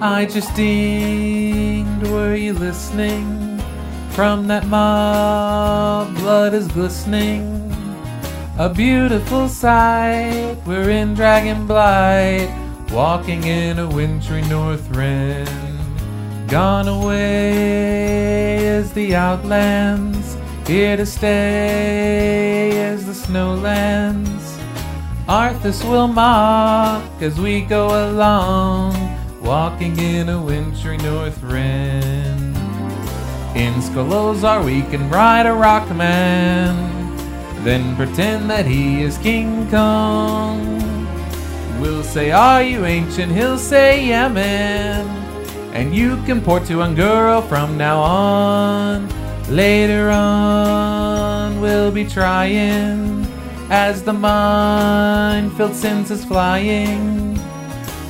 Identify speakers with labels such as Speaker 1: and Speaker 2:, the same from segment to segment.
Speaker 1: I just dinged. Were you listening? From that mob, blood is glistening. A beautiful sight. We're in Dragon Blight, walking in a wintry north wind. Gone away is the outlands. Here to stay is the snowlands. Arthas will mock as we go along, walking in a wintry north wind. In Skolozar we can ride a rock man, then pretend that he is King Kong. We'll say, are you ancient? He'll say, yeah, man. And you can port to Anguro from now on. Later on, we'll be trying as the minefield sends us flying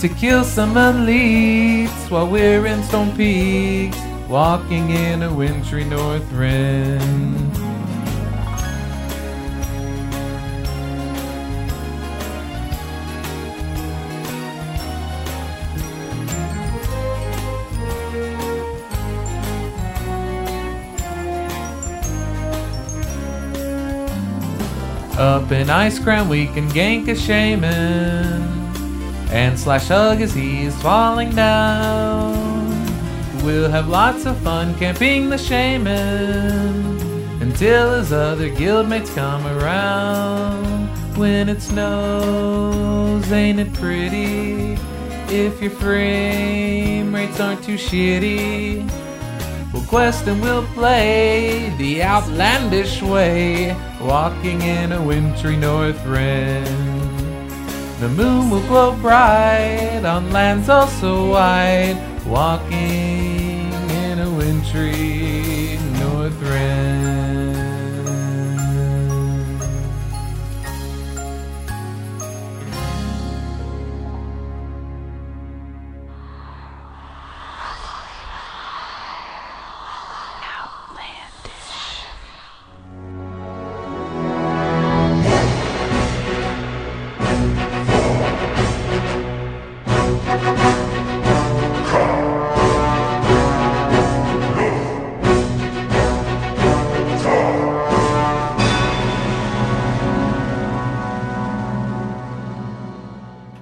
Speaker 1: to kill some elites while we're in Stone Peaks, walking in a wintry north wind. Up in Ice Crown, we can gank a shaman and slash hug as he is falling down. We'll have lots of fun camping the shaman until his other guildmates come around. When it snows, ain't it pretty? If your frame rates aren't too shitty, We'll quest and we'll play the outlandish way, walking in a wintry north wind. The moon will glow bright on lands also wide, walking in a wintry north wind.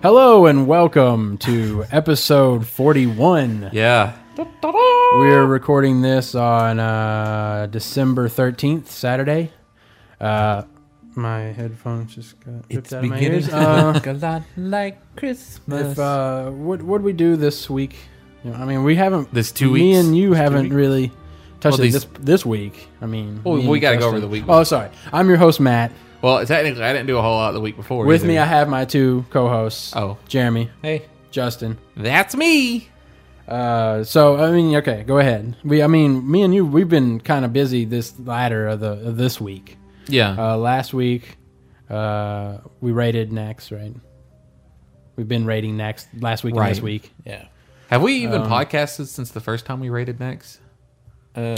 Speaker 2: Hello and welcome to episode 41.
Speaker 3: Yeah.
Speaker 2: We're recording this on uh, December 13th, Saturday. Uh, my headphones just got ripped
Speaker 3: It's
Speaker 2: out of my
Speaker 3: beginning
Speaker 2: ears.
Speaker 3: to
Speaker 2: Uh,
Speaker 1: Look a lot like Christmas.
Speaker 2: if, uh, what what we do this week? You know, I mean, we haven't.
Speaker 3: This two
Speaker 2: me
Speaker 3: weeks.
Speaker 2: and you
Speaker 3: This two
Speaker 2: haven't
Speaker 3: weeks.
Speaker 2: really touched
Speaker 3: Well,
Speaker 2: it
Speaker 3: these-
Speaker 2: this this week. I mean,
Speaker 3: Well,
Speaker 2: me and
Speaker 3: we gotta go
Speaker 2: Justin.
Speaker 3: over the week.
Speaker 2: Oh, sorry. I'm your host Matt.
Speaker 3: Well, technically, I didn't do a whole lot the week before.
Speaker 2: With
Speaker 3: either.
Speaker 2: me, I have my two co-hosts.
Speaker 3: Oh.
Speaker 2: Jeremy,
Speaker 3: Hey.
Speaker 2: Justin.
Speaker 3: That's me.
Speaker 2: Uh, so I mean, okay, go ahead. We, I mean, me and you, we've been kind of busy this latter of the of this week.
Speaker 3: Yeah.
Speaker 2: Uh, last week, uh, we rated next, right? We've been rating next last week and this
Speaker 3: Right.
Speaker 2: week.
Speaker 3: yeah. Have we even podcasted since the first time we rated next? I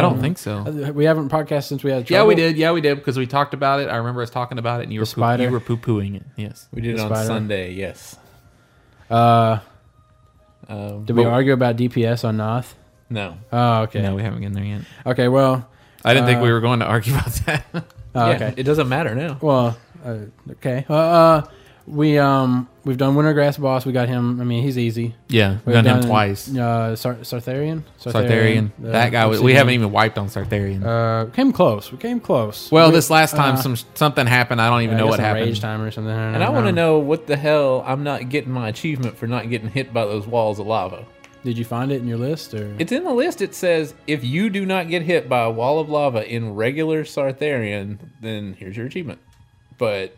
Speaker 3: don't think so.
Speaker 2: Uh, We haven't podcasted since we had.
Speaker 3: yeah, we
Speaker 2: trouble.
Speaker 3: did. Yeah, we did because we talked about it. I remember us talking about it, and you were poo-
Speaker 2: spider.
Speaker 3: you were poo pooing it. Yes.
Speaker 4: We did it on
Speaker 2: Spider.
Speaker 4: Sunday, yes.
Speaker 2: Uh,
Speaker 4: Um,
Speaker 2: did we
Speaker 3: Well-
Speaker 2: argue about DPS on Noth?
Speaker 4: no.
Speaker 2: Oh, okay.
Speaker 3: No, we haven't gotten there yet.
Speaker 2: Okay, well,
Speaker 3: I didn't think
Speaker 2: Uh,
Speaker 3: we were going to argue about that.
Speaker 2: uh,
Speaker 4: Yeah,
Speaker 2: okay.
Speaker 4: It doesn't matter now.
Speaker 2: Well, uh, okay. Uh, uh, we um we've done Wintergrass boss. We got him. I mean, he's easy.
Speaker 3: yeah, we
Speaker 2: We've
Speaker 3: done, him twice.
Speaker 2: Uh, Sar- Sartharian. uh,
Speaker 3: Sartharian.
Speaker 2: the
Speaker 3: that guy. Was, we
Speaker 2: obsidian.
Speaker 3: haven't even wiped on Sartharian.
Speaker 2: Uh, came close. We came close.
Speaker 3: well,
Speaker 2: We-
Speaker 3: this last time,
Speaker 2: uh,
Speaker 3: some something happened. I don't even
Speaker 2: I
Speaker 3: know
Speaker 2: guess
Speaker 3: what
Speaker 2: some
Speaker 3: happened.
Speaker 2: Rage time or something.
Speaker 4: And I want to know what the hell I'm not getting my achievement for not getting hit by those walls of lava.
Speaker 2: Did you find it in your list or?
Speaker 4: It's in the list. It says if you do not get hit by a wall of lava in regular Sartharian, then here's your achievement. But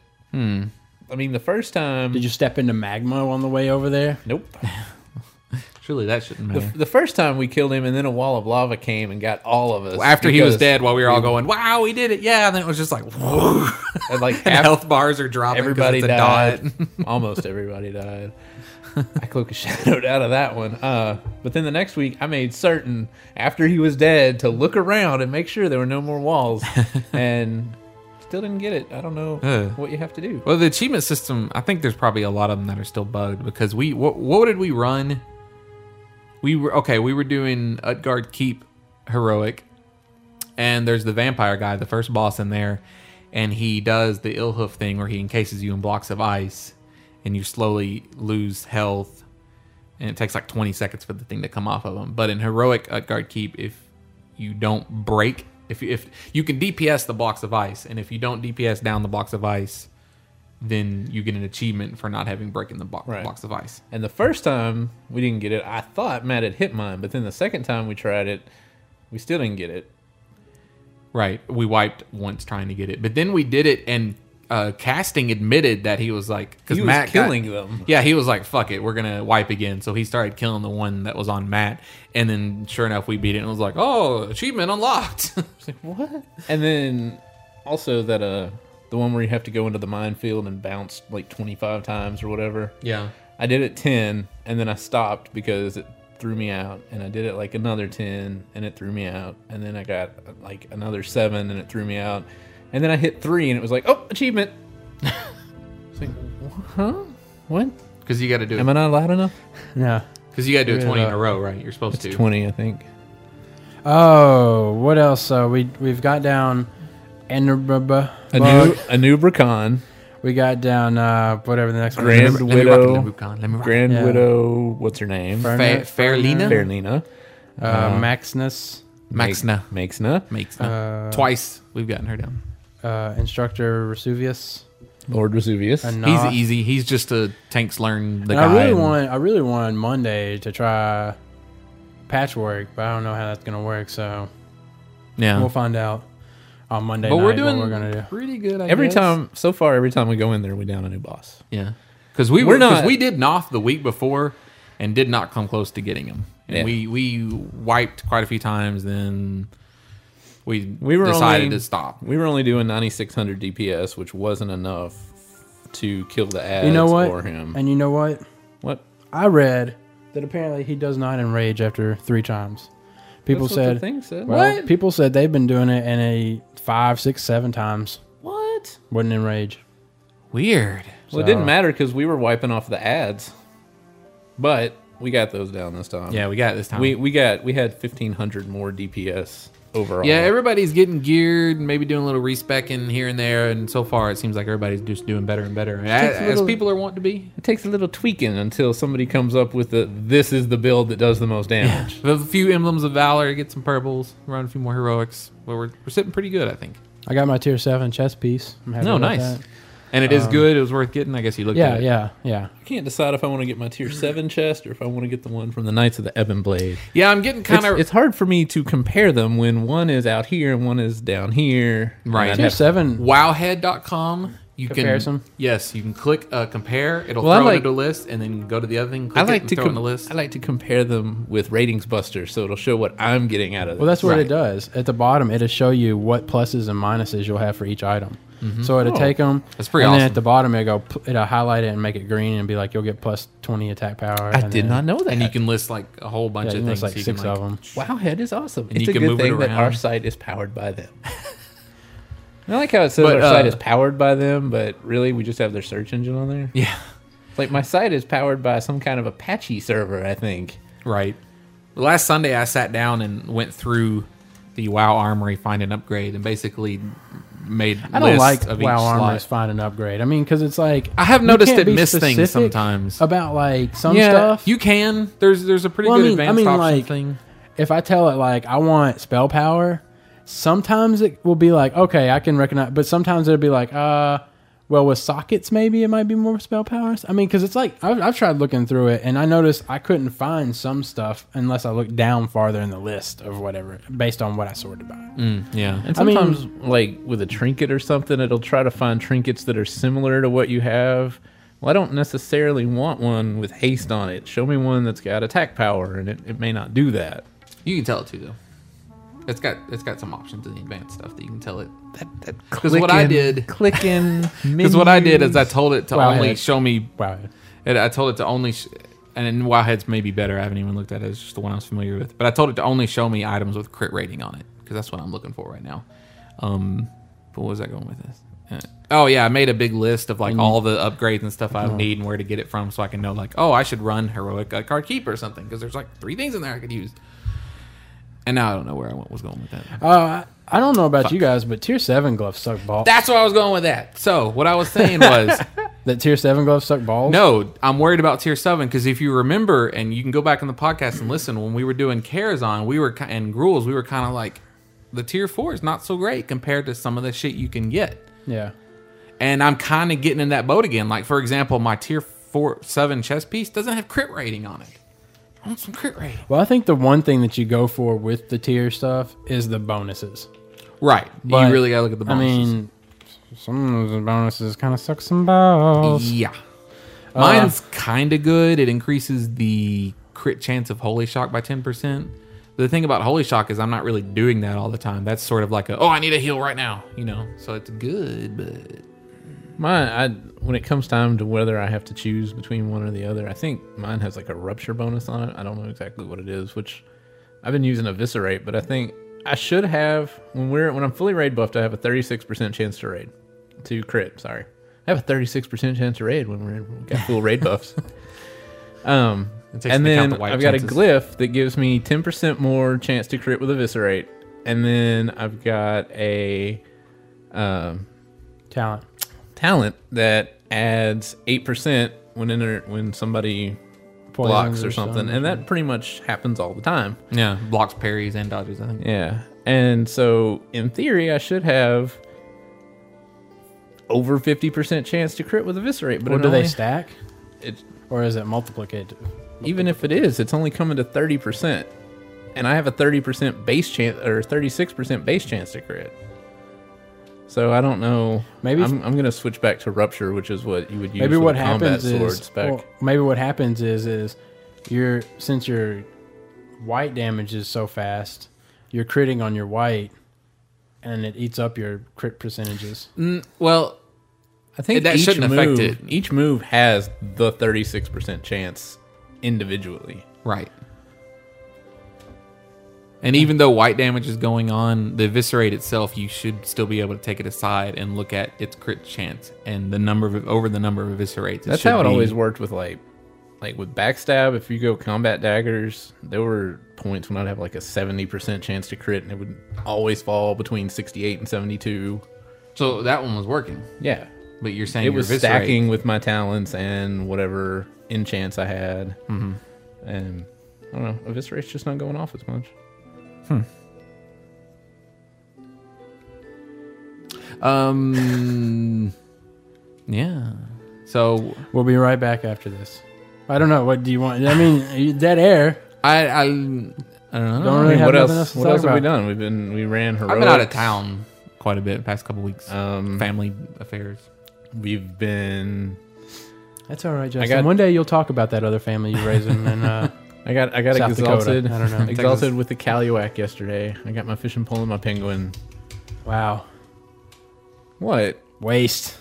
Speaker 4: I mean, the first time,
Speaker 2: Did you step into magma on the way over there?
Speaker 4: nope.
Speaker 3: Surely that shouldn't
Speaker 4: The,
Speaker 3: matter.
Speaker 4: the first time we killed him, and then a wall of lava came and got all of us
Speaker 3: after he was
Speaker 4: because-
Speaker 3: dead while we were all going, "Wow, we did it!" Yeah, and then it was just like, "Whoa!"
Speaker 4: and, like
Speaker 3: And
Speaker 4: after,
Speaker 3: health bars are dropping. 'cause
Speaker 4: everybody
Speaker 3: it's a
Speaker 4: died.
Speaker 3: dot.
Speaker 4: Almost everybody died. I cloak a shadowed out of that one. Uh, but then the next week, I made certain after he was dead to look around and make sure there were no more walls, and still didn't get it. I don't know
Speaker 3: Uh.
Speaker 4: what you have to do.
Speaker 3: well, the achievement system. I think there's probably a lot of them that are still bugged because we. What, what did we run?
Speaker 1: we were okay. We were doing Utgard Keep heroic, and there's the vampire guy, the first boss in there, and he does the Ilhoof thing where he encases you in blocks of ice, and you slowly lose health, and it takes like 20 seconds for the thing to come off of him. But in heroic Utgard Keep, if you don't break, if if you can DPS the blocks of ice, and if you don't DPS down the blocks of ice, then you get an achievement for not having broken the bo-
Speaker 4: Right.
Speaker 1: blocks of ice.
Speaker 4: And the first time we didn't get it, I thought Matt had hit mine, but then the second time we tried it, we still didn't get it.
Speaker 1: Right. We wiped once trying to get it, but then we did it, and uh, casting admitted that he was like, because
Speaker 4: He was
Speaker 1: Matt got-
Speaker 4: killing them.
Speaker 1: Yeah, he was like, "Fuck it, we're gonna wipe again." So he started killing the one that was on Matt, and then sure enough, we beat it, and it was like, "Oh, achievement unlocked."
Speaker 4: It's like what? And then also that uh the one where you have to go into the minefield and bounce like 25 times or whatever.
Speaker 1: yeah.
Speaker 4: I did it 10 and then I stopped because it threw me out and I did it like another 10 and it threw me out and then I got like another 7 and it threw me out and then I hit 3 and it was like, "Oh, achievement." it's like, "Wh- "Huh? What?
Speaker 1: Because you got to do
Speaker 4: Am I
Speaker 1: it.
Speaker 4: not loud enough?"
Speaker 2: No.
Speaker 1: Because you got to do it
Speaker 2: Yeah.
Speaker 1: twenty in a row, right? You're supposed to.
Speaker 4: 20, I think.
Speaker 2: Oh, what else? Uh, we we've got down Enerbuba.
Speaker 4: A new a new Bracon,
Speaker 2: We got down uh, whatever the next one.
Speaker 4: Grand
Speaker 2: is.
Speaker 1: Let me rock it,
Speaker 4: Widow.
Speaker 1: let me rock it, let me rock it.
Speaker 4: Grand
Speaker 2: Yeah.
Speaker 4: Widow, what's her name?
Speaker 2: Fer-
Speaker 1: Fa- Fairlina,
Speaker 4: Fairlina.
Speaker 2: Uh,
Speaker 3: Uh-huh.
Speaker 2: Maxness,
Speaker 1: Maxna,
Speaker 4: Maxna.
Speaker 1: Maxna.
Speaker 2: uh,
Speaker 1: Twice we've gotten her down.
Speaker 2: uh, Instructor Vesuvius.
Speaker 4: Lord Vesuvius.
Speaker 2: and
Speaker 1: He's
Speaker 2: Noth.
Speaker 1: easy. He's just a tanks learn the
Speaker 2: And
Speaker 1: guy.
Speaker 2: I really
Speaker 1: and-
Speaker 2: want I really wanted Monday to try patchwork, but I don't know how that's gonna work. So
Speaker 1: Yeah.
Speaker 2: we'll find out on Monday.
Speaker 1: but we're
Speaker 2: night
Speaker 1: doing
Speaker 2: what we're gonna do.
Speaker 1: pretty good. I
Speaker 4: Every
Speaker 1: guess.
Speaker 4: time, so far, every time we go in there, we down a new boss.
Speaker 1: yeah, because we
Speaker 4: We're
Speaker 1: were not.
Speaker 4: not-
Speaker 1: We did Noth the week before, and did not come close to getting him. And
Speaker 4: Yeah.
Speaker 1: we we wiped quite a few times. Then we
Speaker 4: We were
Speaker 1: decided
Speaker 4: only-
Speaker 1: to stop.
Speaker 4: We were only doing 9,600 DPS, which wasn't enough to kill the ads
Speaker 2: You know what?
Speaker 4: for him.
Speaker 2: And you know what?
Speaker 4: what?
Speaker 2: I read that apparently he does not enrage after three times. People
Speaker 4: That's what
Speaker 2: said
Speaker 4: the thing said.
Speaker 2: Well,
Speaker 4: What?
Speaker 2: People said they've been doing it in a five, six, seven times.
Speaker 4: What?
Speaker 2: Wouldn't enrage.
Speaker 1: Weird.
Speaker 4: Well, it
Speaker 2: So-
Speaker 4: didn't matter because we were wiping off the ads, but we got those down this time.
Speaker 1: Yeah, we got it this time.
Speaker 4: we we got we had 1,500 more DPS overall.
Speaker 1: yeah, everybody's getting geared, maybe doing a little respecking here and there, and so far it seems like everybody's just doing better and better, as,
Speaker 4: takes a
Speaker 1: as
Speaker 4: little-
Speaker 1: people are wont to be.
Speaker 4: it takes a little tweaking until somebody comes up with the this is the build that does the most damage.
Speaker 1: A few emblems of valor, get some purples, run a few more heroics. But we're, we're sitting pretty good, I think.
Speaker 2: I got my tier seven chess piece. I'm happy
Speaker 1: No,
Speaker 2: about
Speaker 1: nice.
Speaker 2: that.
Speaker 1: And it is
Speaker 4: Um,
Speaker 1: good. It was worth getting. I guess you looked
Speaker 2: Yeah,
Speaker 1: at it.
Speaker 2: yeah, yeah.
Speaker 4: I can't decide if I want to get my tier seven chest or if I want to get the one from the Knights of the Ebon Blade.
Speaker 1: Yeah, I'm getting kind
Speaker 4: it's,
Speaker 1: of.
Speaker 4: it's hard for me to compare them when one is out here and one is down here.
Speaker 1: Right.
Speaker 4: And I'd
Speaker 2: Tier
Speaker 4: have-
Speaker 2: seven.
Speaker 1: Wowhead.com. You
Speaker 2: Comparison?
Speaker 1: can yes, you can click uh, compare. It'll
Speaker 4: Well, I
Speaker 1: throw
Speaker 4: like-
Speaker 1: it into a list, and then go to the other thing. Click
Speaker 4: I
Speaker 1: it
Speaker 4: like
Speaker 1: and
Speaker 4: to
Speaker 1: throw it in
Speaker 4: com-
Speaker 1: the list.
Speaker 4: I like to compare them with Ratings Buster, so it'll show what I'm getting out of.
Speaker 2: Well, that's what
Speaker 1: Right.
Speaker 2: it does. At the bottom, it'll show you what pluses and minuses you'll have for each item. So it'll 'em take them.
Speaker 1: Mm-hmm. Oh, That's pretty
Speaker 2: And then
Speaker 1: awesome.
Speaker 2: at the bottom, it'll go. pl- It'll highlight it and make it green and be like, you'll get plus twenty attack power.
Speaker 4: I did not know that.
Speaker 1: and you can list like a whole bunch
Speaker 2: Yeah,
Speaker 1: of
Speaker 2: you
Speaker 1: things.
Speaker 2: like
Speaker 1: you
Speaker 2: six
Speaker 1: can,
Speaker 2: of
Speaker 1: like-
Speaker 2: them.
Speaker 4: Wowhead is awesome.
Speaker 1: And
Speaker 4: it's
Speaker 1: you
Speaker 4: a
Speaker 1: can
Speaker 4: good
Speaker 1: move it
Speaker 4: thing that our
Speaker 1: around.
Speaker 4: site is powered by them. I like how it says
Speaker 1: But,
Speaker 4: our site
Speaker 1: uh,
Speaker 4: is powered by them, but really we just have their search engine on there.
Speaker 1: Yeah,
Speaker 4: It's like my site is powered by some kind of Apache server, I think.
Speaker 1: right. Last Sunday, I sat down and went through the WoW Armory find an upgrade, and basically made.
Speaker 2: I
Speaker 1: lists
Speaker 2: don't like
Speaker 1: of
Speaker 2: WoW
Speaker 1: each
Speaker 2: Armor's
Speaker 1: slot.
Speaker 2: find an upgrade. I mean, because it's like
Speaker 1: I have
Speaker 2: you
Speaker 1: noticed
Speaker 2: can't
Speaker 1: it
Speaker 2: be
Speaker 1: miss things
Speaker 2: specific
Speaker 1: sometimes.
Speaker 2: about like some
Speaker 4: Yeah,
Speaker 2: stuff.
Speaker 1: You can. There's there's a pretty
Speaker 2: Well, I
Speaker 1: good
Speaker 2: mean- I
Speaker 1: advanced
Speaker 2: mean,
Speaker 1: option
Speaker 2: like-
Speaker 1: thing.
Speaker 2: if I tell it like I want spell power, sometimes it will be like okay, I can recognize, but sometimes it'll be like uh, well with sockets maybe it might be more spell powers. I mean, because it's like I've, I've tried looking through it and I noticed I couldn't find some stuff unless I looked down farther in the list of whatever based on what I sorted by.
Speaker 1: Yeah.
Speaker 4: And
Speaker 2: I mean-
Speaker 4: sometimes, like with a trinket or something, it'll try to find trinkets that are similar to what you have. Well, I don't necessarily want one with haste on it. Show me one that's got attack power, and it, it may not do that.
Speaker 1: You can tell it too though. It's got it's got some options in the advanced stuff that you can tell it.
Speaker 4: Because
Speaker 1: what I did-
Speaker 4: clicking,
Speaker 1: Because what I did is I told it to
Speaker 2: Wow,
Speaker 1: only
Speaker 2: yeah.
Speaker 1: show me.
Speaker 2: Wow.
Speaker 1: It, I told it to only. Sh- and then Wildhead's maybe better. I haven't even looked at it. It's just the one I was familiar with. But I told it to only show me items with crit rating on it because that's what I'm looking for right now. Um, but what was I going with this? Oh yeah, I made a big list of like all the upgrades and stuff I need and where to get it from, so I can know like, oh, I should run heroic uh, card keep or something because there's like three things in there I could use. And now I don't know where I went, was going with that.
Speaker 2: Uh, I don't know about you guys, but tier seven gloves suck balls.
Speaker 1: That's where I was going with that. So what I was saying was,
Speaker 2: that tier seven gloves suck balls.
Speaker 1: no, I'm worried about tier seven because if you remember, and you can go back in the podcast and listen when we were doing Karazhan, we were ki- and Gruels, we were kind of like, the tier four is not so great compared to some of the shit you can get.
Speaker 2: Yeah.
Speaker 1: and I'm kind of getting in that boat again. Like for example, my tier four seven chess piece doesn't have crit rating on it. I want some crit rating.
Speaker 2: Well, I think the one thing that you go for with the tier stuff is the bonuses.
Speaker 1: Right.
Speaker 2: But,
Speaker 1: you really gotta look at the bonuses.
Speaker 2: I mean, some of those bonuses kind of suck some balls.
Speaker 1: yeah.
Speaker 4: Uh,
Speaker 1: Mine's kind of good. It increases the crit chance of holy shock by ten percent. The thing about holy shock is I'm not really doing that all the time. That's sort of like a oh I need a heal right now, you know. So it's good, but
Speaker 4: Mine, I when it comes time to whether I have to choose between one or the other, I think mine has like a rupture bonus on it. I don't know exactly what it is, which I've been using eviscerate, but I think I should have when we're when I'm fully raid buffed, I have a 36% chance to raid to crit. Sorry, I have a 36% chance to raid when we're in, we got full raid buffs. Um,
Speaker 1: It takes into account
Speaker 4: and then
Speaker 1: the wipe
Speaker 4: I've got
Speaker 1: chances.
Speaker 4: a glyph that gives me 10% more chance to crit with eviscerate, and then I've got a um
Speaker 2: Talent.
Speaker 4: talent that adds eight percent when inter- when somebody blocks
Speaker 2: Poisons
Speaker 4: or something, and that pretty much happens all the time.
Speaker 1: yeah, blocks parries and dodges. I think.
Speaker 4: Yeah, and so in theory, I should have over fifty percent chance to crit with eviscerate, but
Speaker 2: Or
Speaker 4: it
Speaker 2: do they
Speaker 4: only-
Speaker 2: stack?
Speaker 4: it-
Speaker 2: Or is it multiplicative?
Speaker 4: even if it is, it's only coming to thirty percent, and I have a thirty percent base chance or thirty six percent base chance to crit. So I don't know.
Speaker 2: Maybe-
Speaker 4: I'm, I'm gonna swwitch back to rupture, which is what you would use.
Speaker 2: Maybe
Speaker 4: with
Speaker 2: what
Speaker 4: a combat
Speaker 2: happens
Speaker 4: sword
Speaker 2: is
Speaker 4: spec.
Speaker 2: well, maybe what happens is is your since your white damages so fast, you're critting on your white, and it eats up your crit percentages.
Speaker 4: Mm,
Speaker 1: Well,
Speaker 4: I think
Speaker 1: That
Speaker 4: each
Speaker 1: shouldn't affect
Speaker 4: move,
Speaker 1: it.
Speaker 4: Each move has the 36% chance individually.
Speaker 1: Right. And even though white damage is going on, the eviscerate itself, you should still be able to take it aside and look at its crit chance and the number of over the number of eviscerates.
Speaker 4: That's how it always worked with like like with backstab, if you go combat daggers, there were points when I'd have like a 70% chance to crit and it would always fall between 68 and 72.
Speaker 1: So that one was working,
Speaker 4: Yeah.
Speaker 1: but you're saying
Speaker 4: It
Speaker 1: your
Speaker 4: was
Speaker 1: eviscerate-
Speaker 4: stacking with my talents and whatever enchants I had. Mm-hmm. And I don't know, eviscerate's just not going off as much.
Speaker 1: Um, yeah. So
Speaker 2: We'll be right back after this. I don't know. What do you want? I mean, you- dead air.
Speaker 1: I I, I don't know.
Speaker 2: Don't
Speaker 4: I
Speaker 2: really
Speaker 4: mean,
Speaker 2: have
Speaker 4: what
Speaker 2: nothing
Speaker 4: else?
Speaker 2: else to
Speaker 4: what
Speaker 2: talk
Speaker 4: else have we
Speaker 2: about.
Speaker 4: done? We've been we ran heroic.
Speaker 1: I've been out of town quite a bit past couple weeks.
Speaker 4: Um,
Speaker 1: Family affairs.
Speaker 4: We've been.
Speaker 2: That's all right, Justin.
Speaker 4: got-
Speaker 2: One day you'll talk about that other family you're raising, and uh,
Speaker 4: I got. I got
Speaker 2: South
Speaker 4: exalted.
Speaker 2: Dakota. I don't know.
Speaker 4: exalted with the Caluac yesterday. I got my fishing pole and my penguin.
Speaker 2: wow,
Speaker 4: What?
Speaker 2: waste.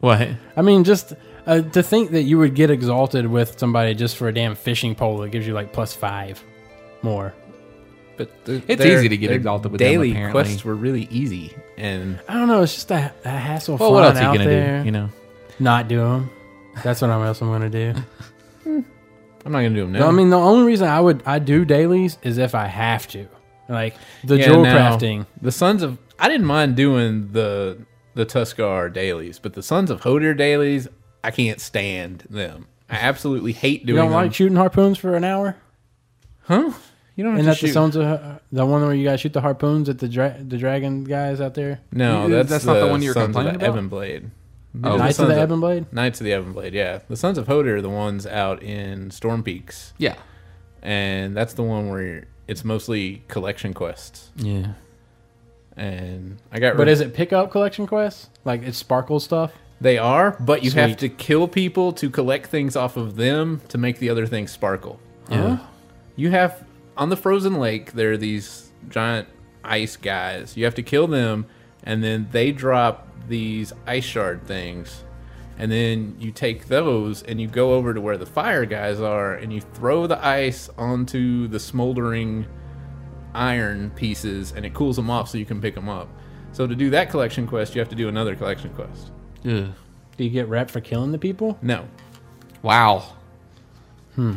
Speaker 1: What?
Speaker 2: I mean, just uh, to think that you would get exalted with somebody just for a damn fishing pole that gives you like plus five more.
Speaker 4: But th-
Speaker 1: It's
Speaker 4: their-
Speaker 1: easy to get
Speaker 4: their
Speaker 1: exalted with them,
Speaker 4: daily
Speaker 1: apparently.
Speaker 4: quests were really easy, and
Speaker 2: I don't know. It's just a, a hassle.
Speaker 1: Well, what else are you
Speaker 2: out
Speaker 1: gonna
Speaker 2: there.
Speaker 1: do? You know.
Speaker 2: Not do them. That's what else I'm gonna do.
Speaker 4: I'm not gonna do them now.
Speaker 2: No, I mean, the only reason I would I do dailies is if I have to, like the
Speaker 4: Yeah,
Speaker 2: jewel
Speaker 4: now,
Speaker 2: crafting.
Speaker 4: The Sons of I didn't mind doing the the Tuscar dailies, but the Sons of Hodir dailies, I can't stand them. I absolutely hate
Speaker 2: You
Speaker 4: doing
Speaker 2: don't
Speaker 4: them.
Speaker 2: like shooting harpoons for an hour,
Speaker 4: huh? You don't
Speaker 2: and
Speaker 4: have to
Speaker 2: that's the
Speaker 4: shoot.
Speaker 2: sounds of, the one where you guys shoot the harpoons at the dra- the dragon guys out there.
Speaker 4: no,
Speaker 1: You-
Speaker 4: that's,
Speaker 1: that's not the one you were
Speaker 4: Sons of the
Speaker 1: complaining about?
Speaker 4: Ebon Blade.
Speaker 1: Oh,
Speaker 4: The
Speaker 2: Knights of
Speaker 4: Sons
Speaker 2: the Ebon Blade.
Speaker 4: Knights of the Ebon Blade, yeah. The Sons of Hodor are the ones out in Storm Peaks,
Speaker 1: Yeah.
Speaker 4: and that's the one where it's mostly collection quests.
Speaker 1: Yeah.
Speaker 4: And I got,
Speaker 2: But is it pick up collection quests? Like it's sparkle stuff?
Speaker 4: they are, but you have
Speaker 2: Sweet.
Speaker 4: to kill people to collect things off of them to make the other things sparkle.
Speaker 1: Yeah.
Speaker 4: You have on the frozen lake there are these giant ice guys. You have to kill them, and then they drop these ice shard things. And then you take those and you go over to where the fire guys are and you throw the ice onto the smoldering iron pieces and it cools them off so you can pick them up. So to do that collection quest, you have to do another collection quest.
Speaker 1: Ugh.
Speaker 2: Do you get rep for killing the people?
Speaker 4: No,
Speaker 1: Wow.
Speaker 2: I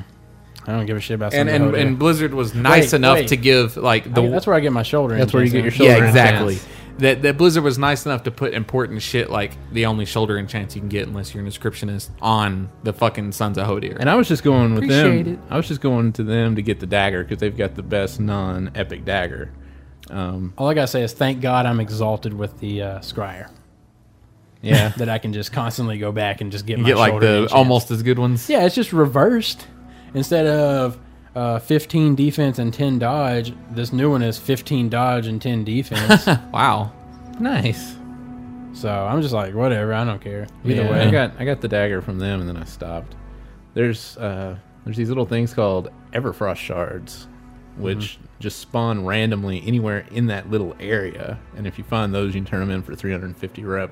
Speaker 2: don't give a shit about
Speaker 1: And and, and Blizzard was nice
Speaker 2: Wait,
Speaker 1: enough
Speaker 2: wait.
Speaker 1: to give like the
Speaker 2: the, that's where I get my shoulder.
Speaker 4: That's where you get your
Speaker 2: injuries.
Speaker 4: shoulder
Speaker 1: yeah exactly.
Speaker 4: enchants.
Speaker 1: That that Blizzard was nice enough to put important shit like the only shoulder enchant you can get unless you're an inscriptionist on the fucking Sons of Hodir.
Speaker 4: And I was just going with
Speaker 1: Appreciate
Speaker 4: them.
Speaker 1: it.
Speaker 4: I was just going to them to get the dagger because they've got the best non-epic dagger. Um,
Speaker 2: All I gotta say is thank God I'm exalted with the uh, scryer
Speaker 4: yeah,
Speaker 2: that I can just constantly go back and just get
Speaker 1: you
Speaker 2: my
Speaker 1: get like
Speaker 2: shoulder
Speaker 1: the
Speaker 2: injuries.
Speaker 1: almost as good ones.
Speaker 2: Yeah, it's just reversed. Instead of uh, 15 defense and 10 dodge, this new one is 15 dodge and 10 defense.
Speaker 1: Wow.
Speaker 4: nice.
Speaker 2: so I'm just like, whatever, I don't care. Either
Speaker 4: Either way,
Speaker 2: way,
Speaker 4: I got I got the dagger from them, and then I stopped. There's uh, there's these little things called Everfrost shards, which just spawn randomly anywhere in that little area. And if you find those, you can turn them in for 350 rep.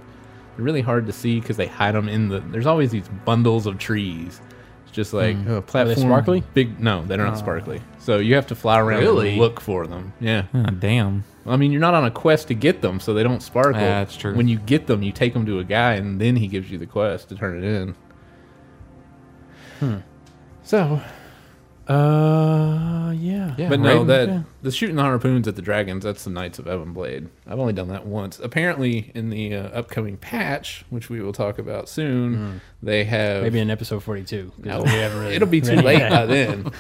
Speaker 4: They're really hard to see because they hide them in the. There's always these bundles of trees. It's just like oh, platform.
Speaker 2: sparkly?
Speaker 4: Big no, they're not sparkly. So you have to fly around
Speaker 1: Really?
Speaker 4: and look for them. Yeah.
Speaker 1: Ah, damn.
Speaker 4: I mean, you're not on a quest to get them, so they don't sparkle.
Speaker 1: Yeah, that's true.
Speaker 4: When you get them, you take them to a guy, and then he gives you the quest to turn it in.
Speaker 2: Hmm.
Speaker 4: So,
Speaker 2: Uh, yeah.
Speaker 1: Yeah.
Speaker 4: but no,
Speaker 1: right.
Speaker 4: that
Speaker 2: Okay.
Speaker 4: the shooting the harpoons at the dragons, that's the Knights of Evanblade. I've only done that once. Apparently, in the uh, upcoming patch, which we will talk about soon, they have.
Speaker 2: Hmm. Maybe in episode 42. 'cause
Speaker 4: No,
Speaker 2: we haven't really-
Speaker 4: it'll be too
Speaker 2: ready
Speaker 4: late
Speaker 2: yet.
Speaker 4: by then.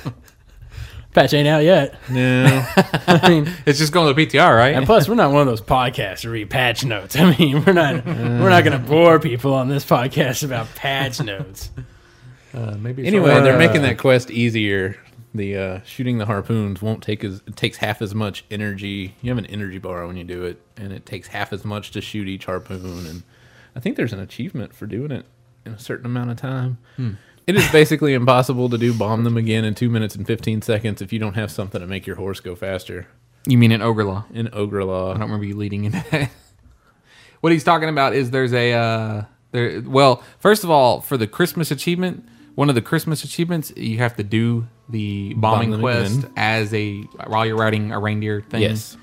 Speaker 2: Patch ain't out yet.
Speaker 4: No.
Speaker 2: I mean,
Speaker 1: It's just going to the PTR, right?
Speaker 2: and plus, we're not one of those podcasts to read patch notes. I mean, we're not we're not going to bore people on this podcast about patch notes.
Speaker 1: Uh, maybe it's
Speaker 4: Anyway,
Speaker 1: over.
Speaker 4: they're making that quest easier. The uh, shooting the harpoons won't take as it takes half as much energy. You have an energy bar when you do it, and it takes half as much to shoot each harpoon. And I think there's an achievement for doing it in a certain amount of time.
Speaker 1: Hmm.
Speaker 4: It is basically impossible to do bomb them again in two minutes and fifteen seconds if you don't have something to make your horse go faster.
Speaker 1: you mean an ogre law?
Speaker 4: In Ogre Law,
Speaker 1: I don't remember you leading into that. what he's talking about is there's a uh, there. Well, first of all, for the Christmas achievement, one of the Christmas achievements, you have to do the bombing
Speaker 4: them
Speaker 1: quest
Speaker 4: again.
Speaker 1: as a while you're riding a reindeer thing.
Speaker 4: Yes.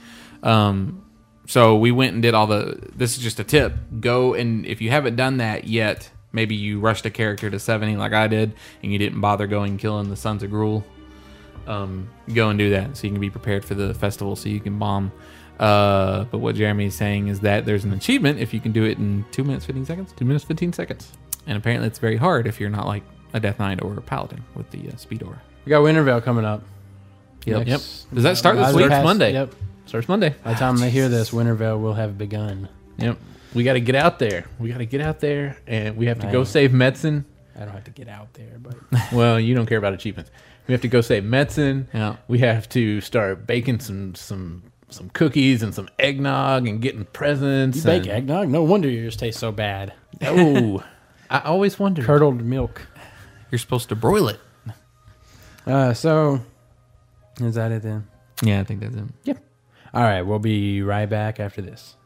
Speaker 1: Um. So we went and did all the. This is just a tip. Go and if you haven't done that yet, maybe you rushed a character to seventy like I did, and you didn't bother going and killing the sons of Gruul um, go and do that so you can be prepared for the festival so you can bomb. Uh, but what Jeremy is saying is that there's an achievement if you can do it in two minutes, 15 seconds.
Speaker 4: two minutes fifteen seconds.
Speaker 1: And apparently it's very hard if you're not like a Death Knight or a Paladin with the uh, speed aura.
Speaker 2: We got Wintervale coming up.
Speaker 1: Yep.
Speaker 2: Next-
Speaker 1: Does that start this
Speaker 2: Eyes
Speaker 1: week?
Speaker 2: are past-
Speaker 4: Monday.
Speaker 2: Yep.
Speaker 4: Starts Monday.
Speaker 2: By the time they hear this, Wintervale will have begun.
Speaker 4: Yep. We got to get out there. We got to get out there, and we have to go
Speaker 2: Man.
Speaker 4: save Metzen.
Speaker 2: I don't have to get out there, but
Speaker 4: Well, you don't care about achievements. We have to go save Metzen.
Speaker 1: Yeah.
Speaker 4: We have to start baking some some some cookies and some eggnog and getting presents.
Speaker 2: you bake
Speaker 4: and-
Speaker 2: eggnog. No wonder yours tastes so bad.
Speaker 4: Oh, I always wonder.
Speaker 2: Curdled milk.
Speaker 1: You're supposed to broil it.
Speaker 2: Uh, so is that it then?
Speaker 1: Yeah, I think that's it.
Speaker 2: Yep. All right, we'll be right back after this.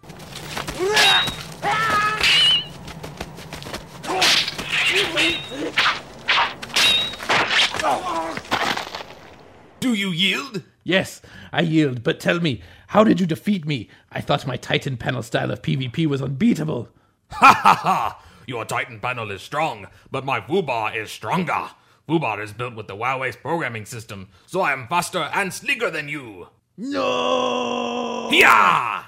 Speaker 1: Do you yield?
Speaker 4: Yes, I yield. But tell me, how did you defeat me? I thought my Titan panel style of PvP was unbeatable.
Speaker 5: Ah, Your Titan panel is strong, but my Vubar is stronger. Vubar is built with the WoW's programming system, so I am faster and sleeker than you. No! Yeah!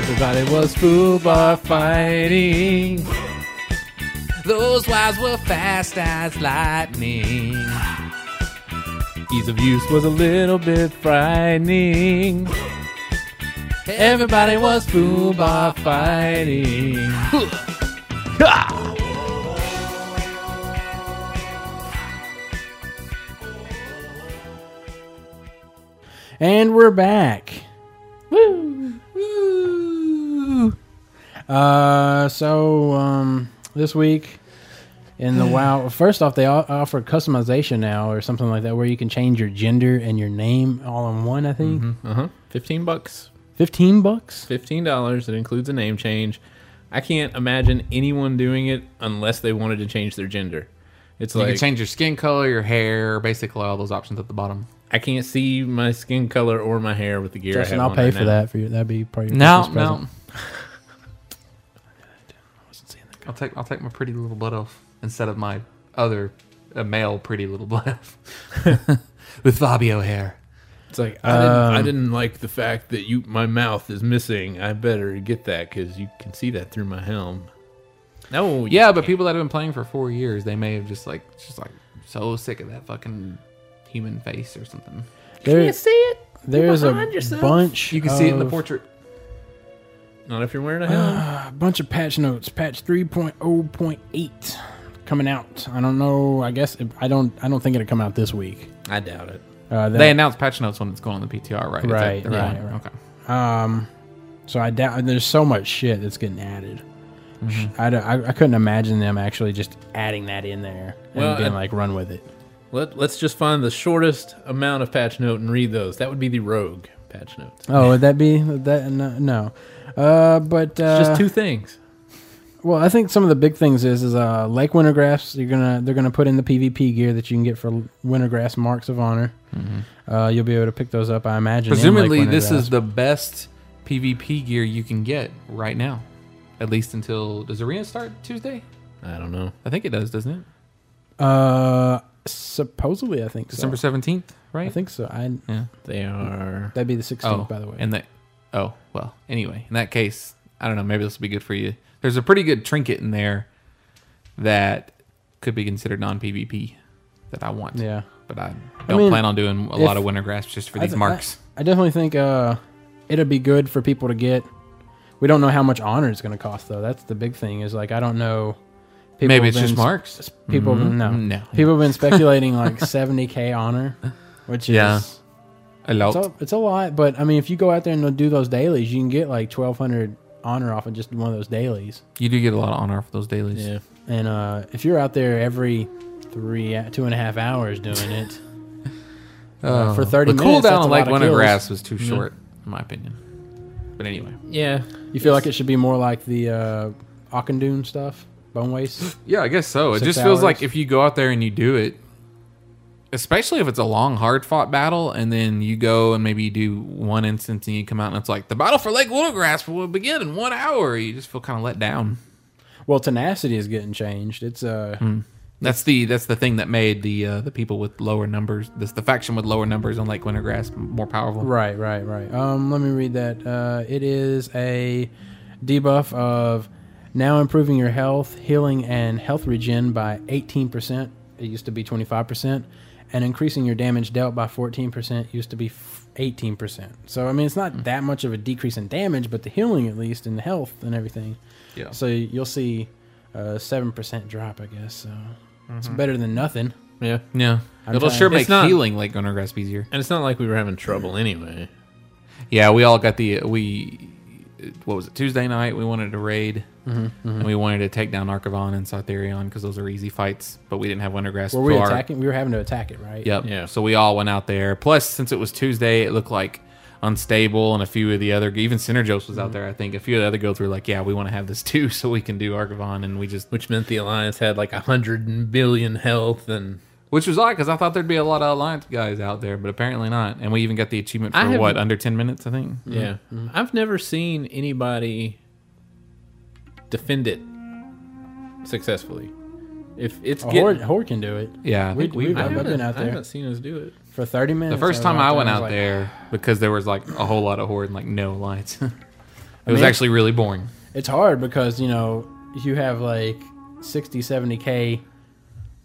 Speaker 4: Everybody was fooled by fighting.
Speaker 1: Those wives were fast as lightning.
Speaker 4: Ease of use was a little bit frightening. Everybody was fooled by fighting.
Speaker 2: And we're back. Woo! Woo! Uh, so um, this week in the WoW, first off, they o- offer customization now or something like that, where you can change your gender and your name all in one. I
Speaker 4: Mm-hmm.
Speaker 2: think
Speaker 4: Uh huh. Uh-huh. Fifteen bucks.
Speaker 2: fifteen bucks.
Speaker 4: Fifteen dollars. It includes a name change. I can't imagine anyone doing it unless they wanted to change their gender. It's
Speaker 1: You
Speaker 4: like
Speaker 1: can change your skin color, your hair, basically all those options at the bottom.
Speaker 4: I can't see my skin color or my hair with the gear.
Speaker 2: Justin,
Speaker 4: I have
Speaker 2: I'll
Speaker 4: on
Speaker 2: pay
Speaker 4: right
Speaker 2: for
Speaker 4: now.
Speaker 2: that for you. That'd be part of your
Speaker 1: No,
Speaker 2: Christmas present.
Speaker 1: no. I'll take I'll take my pretty little blood elf instead of my other uh, male pretty little blood elf with Fabio hair.
Speaker 4: It's like I didn't, I didn't like the fact that you my mouth is missing. I better get that because you can see that through my helm. No, you
Speaker 1: Yeah, but people that have been playing for four years, they may have just like just like so sick of that fucking human face or something.
Speaker 2: There-
Speaker 4: can't see it.
Speaker 2: there's a
Speaker 4: behind yourself.
Speaker 2: bunch.
Speaker 1: You can see it in the
Speaker 2: of-
Speaker 1: portrait.
Speaker 4: Not if you're wearing a helm.
Speaker 2: A bunch of patch notes. Patch 3.0.8 coming out. I don't know. I guess it, I don't. I don't think it'll come out this week.
Speaker 4: I doubt it.
Speaker 2: Uh, that-
Speaker 1: They announced patch notes when it's going on the PTR, right? Is that
Speaker 2: Right,
Speaker 1: the
Speaker 2: yeah,
Speaker 1: one?
Speaker 2: right.
Speaker 1: Okay.
Speaker 2: Um, so I doubt there's so much shit that's getting added.
Speaker 4: Mm-hmm.
Speaker 2: I, don't- I, I couldn't imagine them actually just adding that in there and
Speaker 4: Well, uh,
Speaker 2: being
Speaker 4: I-
Speaker 2: like run with it.
Speaker 4: Let Let's just find the shortest amount of patch note and read those. That would be the rogue patch notes.
Speaker 2: Oh, would that be that? No, no. Uh, but uh,
Speaker 4: just two things.
Speaker 2: Well, I think some of the big things is is uh, like Wintergrass. You're gonna they're gonna put in the PvP gear that you can get for Wintergrass Marks of Honor.
Speaker 1: Mm-hmm.
Speaker 2: Uh, you'll be able to pick those up, I imagine. in Lake
Speaker 1: Presumably, this
Speaker 2: Wintergrass.
Speaker 1: is the best PvP gear you can get right now, at least until does arena start Tuesday?
Speaker 4: I don't know.
Speaker 1: I think it does, doesn't it?
Speaker 2: uh, supposedly I think
Speaker 1: December
Speaker 2: So.
Speaker 1: seventeenth, right?
Speaker 2: I think so. I
Speaker 1: Yeah.
Speaker 4: They are.
Speaker 2: that'd be the 16th,
Speaker 1: Oh,
Speaker 2: by the way.
Speaker 1: and that. Oh well. Anyway, in that case, I don't know. Maybe this will be good for you. There's a pretty good trinket in there that could be considered non-PvP that I want.
Speaker 2: yeah,
Speaker 1: But I don't
Speaker 2: mean,
Speaker 1: plan on doing a lot
Speaker 2: if-
Speaker 1: of winter grass just for
Speaker 2: I
Speaker 1: these
Speaker 2: th-
Speaker 1: marks.
Speaker 2: I, I definitely think uh, it'll be good for people to get. We don't know how much honor it's gonna cost though. That's the big thing. Is like I don't know. People
Speaker 1: Maybe
Speaker 2: have
Speaker 1: it's just
Speaker 2: been-
Speaker 1: marks. Mm-hmm.
Speaker 2: People no
Speaker 1: No.
Speaker 2: People have been speculating like 70k honor, which is
Speaker 1: Yeah. A lot.
Speaker 2: it's a, it's a lot. But I mean, if you go out there and do those dailies, you can get like 1200 honor off of just one of those dailies.
Speaker 1: you do get a lot of honor for those dailies.
Speaker 4: Yeah.
Speaker 2: And uh, if you're out there every three two and a half hours doing it,
Speaker 1: Uh,
Speaker 2: for 30
Speaker 1: the
Speaker 2: minutes, that's
Speaker 1: cooldown
Speaker 2: a
Speaker 1: on like
Speaker 2: lot of
Speaker 1: winter
Speaker 2: kills.
Speaker 1: grass was too short, in my opinion. But anyway.
Speaker 4: Yeah.
Speaker 2: you feel like it should be more like the uh, Ockendune stuff, Bone Waste.
Speaker 1: Yeah, I guess so. It
Speaker 2: Six
Speaker 1: just feels like
Speaker 2: hours.
Speaker 1: if you go out there and you do it, especially if it's a long, hard fought battle, and then you go and maybe you do one instance and you come out and it's like the battle for Lake Wintergrass will begin in one hour. You just feel kind of let down.
Speaker 2: well, tenacity is getting changed. It's uh,
Speaker 1: That's the that's the thing that made the uh, the people with lower numbers, this the faction with lower numbers on Lake Wintergrass more powerful.
Speaker 2: Right, right, right. Um, let me read that. Uh, it is a debuff of now improving your health, healing, and health regen by 18%. It used to be 25%. And increasing your damage dealt by 14% used to be f- 18%. So, I mean, it's not that much of a decrease in damage, but the healing, at least, and the health and everything.
Speaker 1: Yeah.
Speaker 2: So, you'll see a 7% drop, I guess. So, it's better than nothing.
Speaker 4: Yeah.
Speaker 1: Yeah,
Speaker 2: I'm
Speaker 1: it'll
Speaker 2: trying-
Speaker 1: sure
Speaker 2: It's
Speaker 1: make
Speaker 4: not-
Speaker 1: healing Lake Wintergrass easier.
Speaker 4: And it's not like we were having trouble anyway.
Speaker 1: Yeah, we all got the we. What was it? Tuesday night. We wanted to raid.
Speaker 2: Mm-hmm,
Speaker 1: And we wanted to take down Archivon and Sartherion because those are easy fights. But we didn't have Wintergrass.
Speaker 2: Were we
Speaker 1: for our-
Speaker 2: attacking? We were having to attack it, right?
Speaker 1: Yep.
Speaker 4: Yeah.
Speaker 1: So we all went out there. Plus, since it was Tuesday, it looked like unstable, and a few of the other even Synergos was
Speaker 2: Mm-hmm.
Speaker 1: out there. I think a few of the other guilds were like, "Yeah, we want to have this too, so we can do Archivon." And we just,
Speaker 4: Which meant the alliance had like a hundred billion health and
Speaker 1: which was odd because I thought there'd be a lot of Alliance guys out there, but apparently not. And we even got the achievement
Speaker 4: I
Speaker 1: for what
Speaker 4: haven't-
Speaker 1: under ten minutes, I think.
Speaker 2: Mm.
Speaker 4: Yeah.
Speaker 2: Mm-hmm.
Speaker 4: I've never seen anybody defend it successfully. If it's
Speaker 2: A
Speaker 4: getting-
Speaker 2: horde, horde can do it.
Speaker 1: Yeah, I
Speaker 2: We-
Speaker 1: think we,
Speaker 2: Oh, we've
Speaker 1: might
Speaker 4: I
Speaker 2: I've
Speaker 4: haven't,
Speaker 2: been out
Speaker 4: I
Speaker 2: there.
Speaker 4: haven't seen us do it.
Speaker 2: for 30 minutes.
Speaker 1: The first
Speaker 2: was
Speaker 1: time I "Ah." went
Speaker 2: was
Speaker 1: out
Speaker 2: like,
Speaker 1: there because there was like a whole lot of horde and like no lights. it was
Speaker 2: mean-
Speaker 1: actually really boring.
Speaker 2: it's hard because, you know, you have like 60, 70K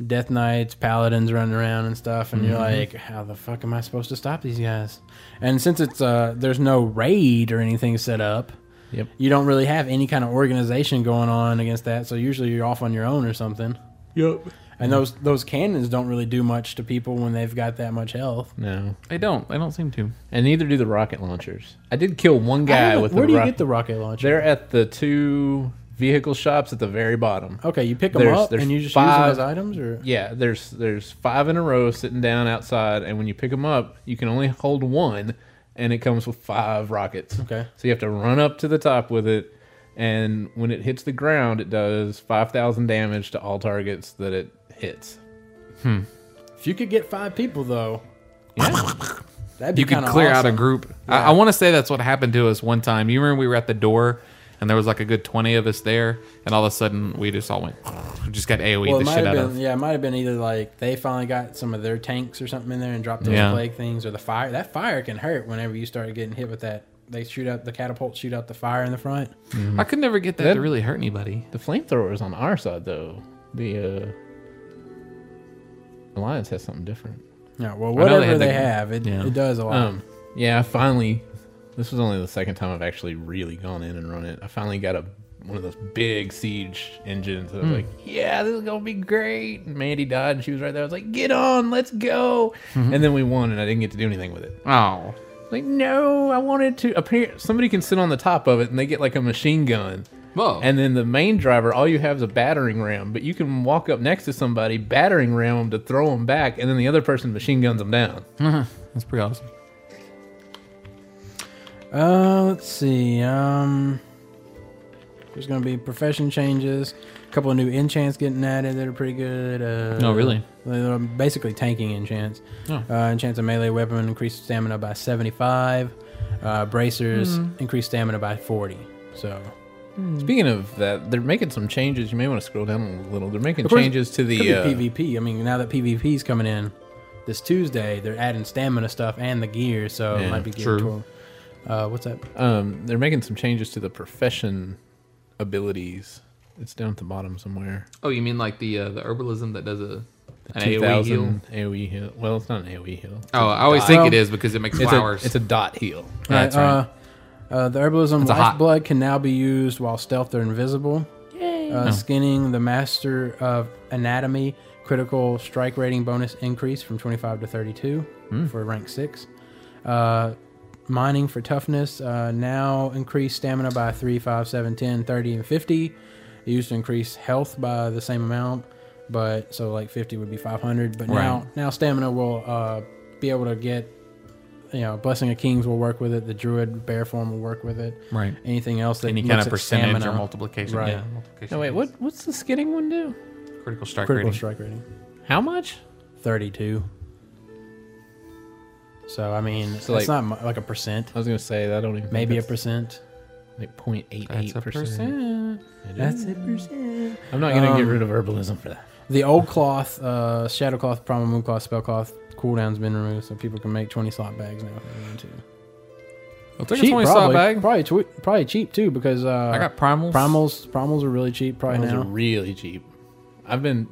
Speaker 2: Death Knights, Paladins running around and stuff, and you're like, how the fuck am I supposed to stop these guys? And since it's, uh, there's no raid or anything set up,
Speaker 4: Yep.
Speaker 2: you don't really have any kind of organization going on against that. So usually you're off on your own or something.
Speaker 4: Yep.
Speaker 2: And those those cannons don't really do much to people when they've got that much health.
Speaker 4: No.
Speaker 1: They don't. They don't seem to.
Speaker 4: And neither do the rocket launchers. I did kill one guy
Speaker 2: Where
Speaker 4: with
Speaker 2: do
Speaker 4: the
Speaker 2: you
Speaker 4: rocket.
Speaker 2: get the rocket launcher?
Speaker 4: They're at the two vehicle shops at the very bottom.
Speaker 2: okay, you pick them
Speaker 4: There's-
Speaker 2: up
Speaker 4: there's
Speaker 2: and you just
Speaker 4: five-
Speaker 2: use them as items, or
Speaker 4: Yeah, there's there's five in a row sitting down outside, and when you pick them up, you can only hold one, and it comes with five rockets.
Speaker 2: Okay.
Speaker 4: So you have to run up to the top with it, and when it hits the ground, it does five thousand damage to all targets that it hits.
Speaker 2: If you could get five people though, that'd be
Speaker 1: You could
Speaker 2: kinda
Speaker 1: clear out a
Speaker 2: awesome.
Speaker 1: group. I, I want to say that's what happened to us one time. You remember we were at the door and there was like a good 20 of us there, and all of a sudden we just all went, just got AoE
Speaker 2: Well, it
Speaker 1: the
Speaker 2: might
Speaker 1: shit
Speaker 2: have
Speaker 1: out
Speaker 2: been.
Speaker 1: of.
Speaker 2: Yeah, it might have been either like they finally got some of their tanks or something in there and dropped those
Speaker 1: Yeah.
Speaker 2: plague things, or the fire. That fire can hurt whenever you start getting hit with that. They shoot up the catapults, shoot out the fire in the front.
Speaker 1: I could never get that,
Speaker 4: That-
Speaker 1: to really hurt anybody.
Speaker 4: The flamethrower is on our side though. The uh, alliance has something different.
Speaker 2: Yeah, well,
Speaker 1: I know
Speaker 2: whatever
Speaker 1: they had the-
Speaker 2: they, have, it,
Speaker 1: yeah.
Speaker 2: it does a lot.
Speaker 4: Um, yeah, I finally. This was only the second time I've actually really gone in and run it. I finally got a one of those big siege engines. And I was like, "Yeah, this is gonna be great." And Mandy died, and she was right there. I was like, "Get on, let's go!" And then we won, and I didn't get to do anything with it.
Speaker 1: Oh.
Speaker 4: Like, no, I wanted to. Appear somebody can sit on the top of it, and they get like a machine gun.
Speaker 2: Oh.
Speaker 1: Whoa.
Speaker 4: And then the main driver, all you have is a battering ram, but you can walk up next to somebody, battering ram them to throw them back, and then the other person machine guns them down.
Speaker 2: Hmm.
Speaker 1: That's pretty awesome.
Speaker 2: Uh, let's see. Um, there's gonna be profession changes. A couple of new enchants getting added that are pretty good. Uh,
Speaker 1: No, Oh, really?
Speaker 2: They're basically tanking enchants.
Speaker 1: Oh.
Speaker 2: Uh, enchants a melee weapon increase stamina by 75. Uh, bracers increase stamina by 40. So
Speaker 4: Speaking of that, they're making some changes. You may want to scroll down a little. They're making
Speaker 2: Of course,
Speaker 4: changes to
Speaker 2: could
Speaker 4: the
Speaker 2: be
Speaker 4: uh,
Speaker 2: PvP. I mean, now that PvP's coming in this Tuesday, they're adding stamina stuff and the gear, so
Speaker 4: Yeah,
Speaker 2: it might be
Speaker 1: true.
Speaker 2: geared toward. Uh, what's that?
Speaker 4: um, they're making some changes to the profession abilities. It's down at the bottom somewhere.
Speaker 1: Oh, you mean like the uh, the herbalism that does a an
Speaker 2: E
Speaker 1: AoE
Speaker 4: 2000
Speaker 1: heal?
Speaker 4: AoE heal. E Well, it's not an AoE heal.
Speaker 1: Oh, I always think
Speaker 2: Well,
Speaker 1: it is because it makes
Speaker 4: It's a,
Speaker 1: flowers.
Speaker 4: it's a dot heal.
Speaker 1: That's right.
Speaker 2: Uh, uh, the herbalism
Speaker 1: a hot-
Speaker 2: lifeblood can now be used while stealth or invisible.
Speaker 1: Oh.
Speaker 2: Uh, Skinning the master of anatomy critical strike rating bonus increase from 25 to 32
Speaker 1: Hmm.
Speaker 2: for rank 6. Uh, mining for toughness uh, now increase stamina by 3, 5, 7, 10, 30, and 50. It used to increase health by the same amount, but so like 50 would be 500. But now, now stamina will uh, be able to get you know, Blessing of Kings will work with it. The Druid Bear form will work with it.
Speaker 1: Right.
Speaker 2: Anything else that
Speaker 1: Any
Speaker 2: looks
Speaker 1: kind of
Speaker 2: at
Speaker 1: percentage
Speaker 2: stamina,
Speaker 1: or multiplication.
Speaker 2: Right.
Speaker 1: Yeah. Multiplication
Speaker 4: No, wait, what? What's the skinning one do?
Speaker 1: is Critical strike
Speaker 2: Critical
Speaker 1: rating.
Speaker 2: strike rating,
Speaker 4: How much?
Speaker 2: thirty-two. So I mean, it's
Speaker 4: like-
Speaker 2: not mu- like a percent,
Speaker 4: I was gonna say that. I don't even.
Speaker 2: maybe a
Speaker 4: percent.
Speaker 2: percent.
Speaker 4: like point eight
Speaker 1: That's
Speaker 4: eight
Speaker 1: a
Speaker 4: percent.
Speaker 1: percent.
Speaker 2: That's a percent.
Speaker 4: I'm not gonna get
Speaker 2: Um,
Speaker 4: rid of herbalism for that.
Speaker 2: The old cloth, uh, shadow cloth, primal moon cloth, spell cloth cooldown's been removed, so people can make twenty slot bags now. If they want to.
Speaker 1: I'll take a 20 slot
Speaker 2: probably,
Speaker 1: bag.
Speaker 2: probably, twe- probably cheap too because uh,
Speaker 1: I got primals.
Speaker 2: primals. Primals are really cheap right
Speaker 4: Those
Speaker 2: now.
Speaker 4: are really cheap. I've been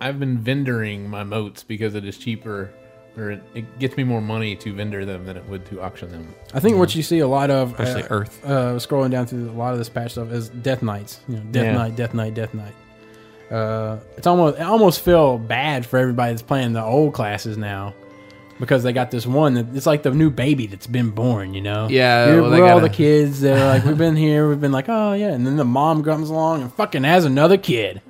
Speaker 4: I've been vendoring my moats because it is cheaper or it, it gets me more money to vendor them than it would to auction them.
Speaker 2: I think what you see a lot of,
Speaker 1: Especially
Speaker 2: uh,
Speaker 1: Earth.
Speaker 2: Uh, scrolling down through a lot of this patch stuff is Death Knights. You know, Death
Speaker 4: Yeah.
Speaker 2: Knight, Death Knight, Death Knight. Uh, it's almost I almost feel bad for everybody that's playing the old classes now because they got this one that it's like the new baby that's been born. You know,
Speaker 1: Yeah,
Speaker 2: You're-
Speaker 1: well, they
Speaker 2: we're all
Speaker 1: gotta-
Speaker 2: the kids. They're like, we've been here, we've been like, oh yeah, and then the mom comes along and fucking has another kid.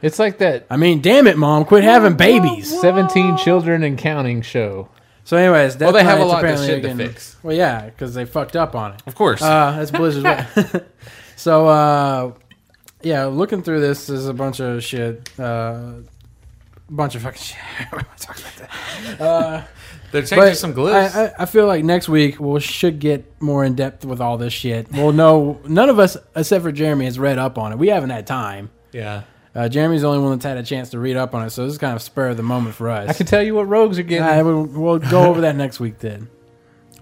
Speaker 4: It's like that
Speaker 2: I mean, damn it, mom, quit having babies.
Speaker 4: 17 children and counting show.
Speaker 2: So, anyways,
Speaker 1: Well,
Speaker 2: Death
Speaker 1: they have a
Speaker 2: Knight's
Speaker 1: lot of
Speaker 2: apparently
Speaker 1: shit to
Speaker 2: again-
Speaker 1: fix.
Speaker 2: Well, yeah, because they fucked up on it.
Speaker 1: Of course.
Speaker 2: Uh, that's Blizzard's way. so, uh, yeah, looking through this is a bunch of shit. Uh, bunch of fucking shit. Everybody talks about that. Uh,
Speaker 1: They're changing
Speaker 2: But
Speaker 1: some glyphs.
Speaker 2: I, I, I feel like next week we will should get more in depth with all this shit. We'll know. None of us, except for Jeremy, has read up on it. We haven't had time.
Speaker 1: yeah.
Speaker 2: Uh, Jeremy's the only one that's had a chance to read up on it, so this is kind of spur of the moment for us.
Speaker 4: I can tell you what rogues are getting.
Speaker 2: Nah, we'll, we'll go over that next week then.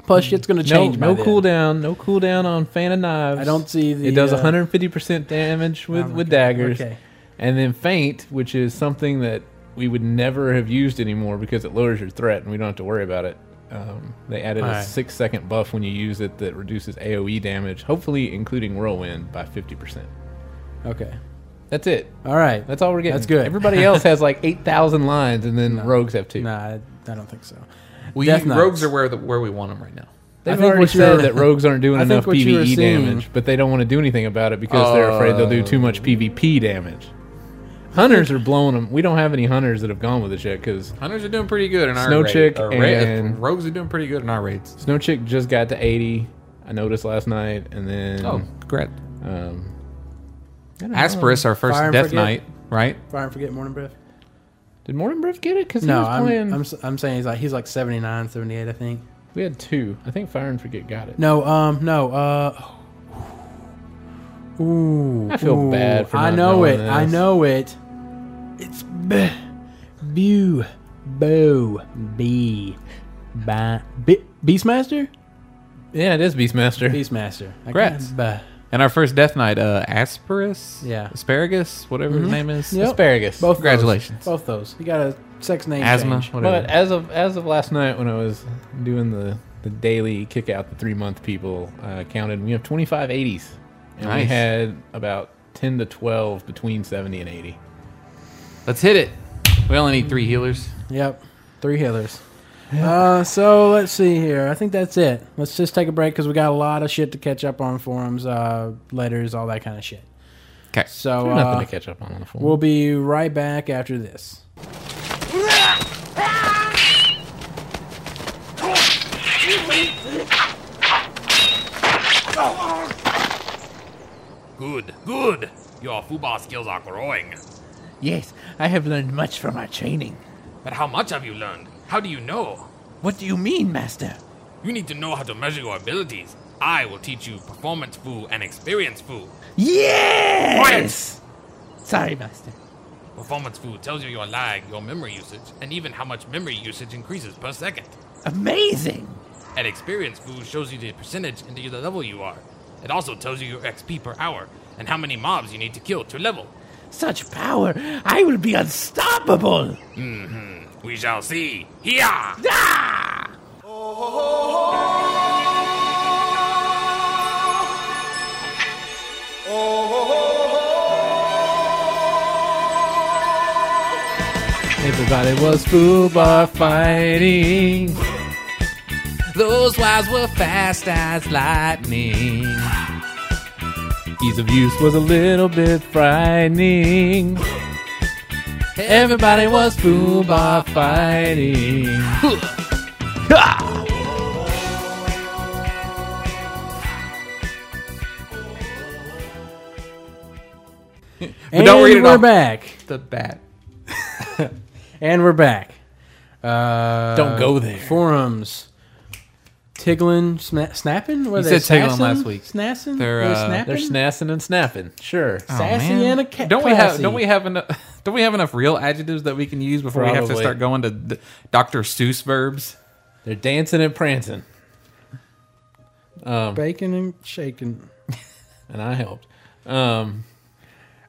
Speaker 2: Plus, shit's gonna
Speaker 4: no
Speaker 2: change. by
Speaker 4: no
Speaker 2: then.
Speaker 4: cooldown, no cooldown on fan of knives.
Speaker 2: I don't see the.
Speaker 4: it does
Speaker 2: uh,
Speaker 4: 150% damage with,
Speaker 2: oh my
Speaker 4: with
Speaker 2: God,
Speaker 4: daggers.
Speaker 2: Okay.
Speaker 4: And then faint, which is something that we would never have used anymore because it lowers your threat and we don't have to worry about it. Um, they added a
Speaker 2: Alright.
Speaker 4: six second buff when you use it that reduces AoE damage, hopefully including whirlwind by 50%.
Speaker 2: Okay.
Speaker 4: That's it.
Speaker 2: All right.
Speaker 4: That's all we're getting.
Speaker 2: That's good.
Speaker 4: Everybody else has like 8,000 lines and then rogues have two.
Speaker 2: Nah, I, I don't think so.
Speaker 1: We,
Speaker 2: Death Knights.
Speaker 1: rogues are where, the, where we want them right now.
Speaker 4: They've
Speaker 2: I think
Speaker 4: already
Speaker 2: what you were-
Speaker 4: said that rogues aren't doing
Speaker 2: I think
Speaker 4: enough
Speaker 2: what you were
Speaker 4: PvE
Speaker 2: seeing-
Speaker 4: damage, but they don't want to do anything about it because they're afraid they'll do too much PvP damage. Hunters are blowing them. We don't have any hunters that have gone with it yet because
Speaker 1: Hunters are doing pretty good in our
Speaker 4: Snow
Speaker 1: raid.
Speaker 4: Chick
Speaker 1: or raid-
Speaker 4: and-
Speaker 1: rogues are doing pretty good in our raids.
Speaker 4: Snow Chick just got to 80. I noticed last night, and then
Speaker 1: Oh, congrats.
Speaker 4: Um,
Speaker 1: Asperus, our first
Speaker 2: Fire and
Speaker 1: Death
Speaker 2: forget.
Speaker 1: Knight, right?
Speaker 2: Fire and forget morning breath.
Speaker 4: did Morning Breath get it? Because he
Speaker 2: No,
Speaker 4: was
Speaker 2: I'm,
Speaker 4: playing.
Speaker 2: I'm s- I'm saying he's like he's like 79, 78, I think.
Speaker 4: we had two. I think Fire and Forget got it.
Speaker 2: No, um, no, uh. Ooh,
Speaker 4: I feel
Speaker 2: ooh,
Speaker 4: bad for
Speaker 2: I
Speaker 4: not
Speaker 2: know
Speaker 4: knowing
Speaker 2: it. I
Speaker 4: this.
Speaker 2: know it. It's b, bu, boo, b, ba, b, Beastmaster,
Speaker 4: Yeah, it is Beastmaster.
Speaker 2: Beastmaster. I
Speaker 1: Congrats.
Speaker 2: can't- bah.
Speaker 1: And our first Death Knight, uh, Asperus,
Speaker 2: Yeah. Mm-hmm.
Speaker 1: asparagus, whatever his name is.
Speaker 2: Yep.
Speaker 4: Asparagus.
Speaker 2: Both
Speaker 1: Congratulations.
Speaker 2: Those, both those. You got a sex name
Speaker 1: Asthma,
Speaker 2: change.
Speaker 1: whatever.
Speaker 4: But as of as of last night, when I was doing the the daily kick out, the three month people uh, counted. We have twenty five eighties, and we
Speaker 1: Nice.
Speaker 4: had about ten to twelve between seventy and eighty.
Speaker 1: Let's hit it. We only need three healers.
Speaker 2: Yep, three healers. Uh, so let's see here. I think that's it. Let's just take a break because we got a lot of shit to catch up on forums, uh, letters, all that kind of shit.
Speaker 1: 'Kay.
Speaker 2: So
Speaker 4: Nothing
Speaker 2: uh,
Speaker 4: to catch up on on the phone.
Speaker 2: we'll be right back after this.
Speaker 5: Good, good. Your Fuba skills are growing.
Speaker 4: yes, I have learned much from our training.
Speaker 5: But how much have you learned? How do you know?
Speaker 4: What do you mean, Master?
Speaker 5: You need to know how to measure your abilities. I will teach you performance foo and experience foo.
Speaker 4: Yes. Sorry, Master.
Speaker 5: Performance foo tells you your lag, your memory usage, and even how much memory usage increases per second.
Speaker 4: Amazing.
Speaker 5: And experience foo shows you the percentage and the level you are. It also tells you your XP per hour and how many mobs you need to kill to level.
Speaker 4: Such power! I will be unstoppable.
Speaker 5: Mm-hmm. We shall see. Yeah.
Speaker 4: Everybody was Fubar fighting.
Speaker 1: Those wives were fast as lightning. Ease of use
Speaker 4: was a little bit frightening.
Speaker 1: Everybody was
Speaker 4: Fubar fighting.
Speaker 2: And
Speaker 1: don't read it
Speaker 2: we're
Speaker 1: off.
Speaker 2: back.
Speaker 1: the bat.
Speaker 2: And we're back. Uh,
Speaker 4: Don't go there.
Speaker 2: Forums. Tiggling, sna- snapping? What are
Speaker 1: You
Speaker 2: they,
Speaker 1: said tiggling
Speaker 2: snassing?
Speaker 1: last week.
Speaker 2: Snassing?
Speaker 1: They're, uh,
Speaker 4: They're
Speaker 2: snapping?
Speaker 4: snassing and snapping. Sure.
Speaker 2: Sassy
Speaker 1: man.
Speaker 2: and a cat.
Speaker 1: Don't we have don't we have enough don't we have enough real adjectives that we can use before we have to
Speaker 4: Probably.
Speaker 1: start going to d- Dr. Seuss verbs?
Speaker 4: They're dancing and prancing.
Speaker 2: bacon and shaking?
Speaker 4: And I helped. Um,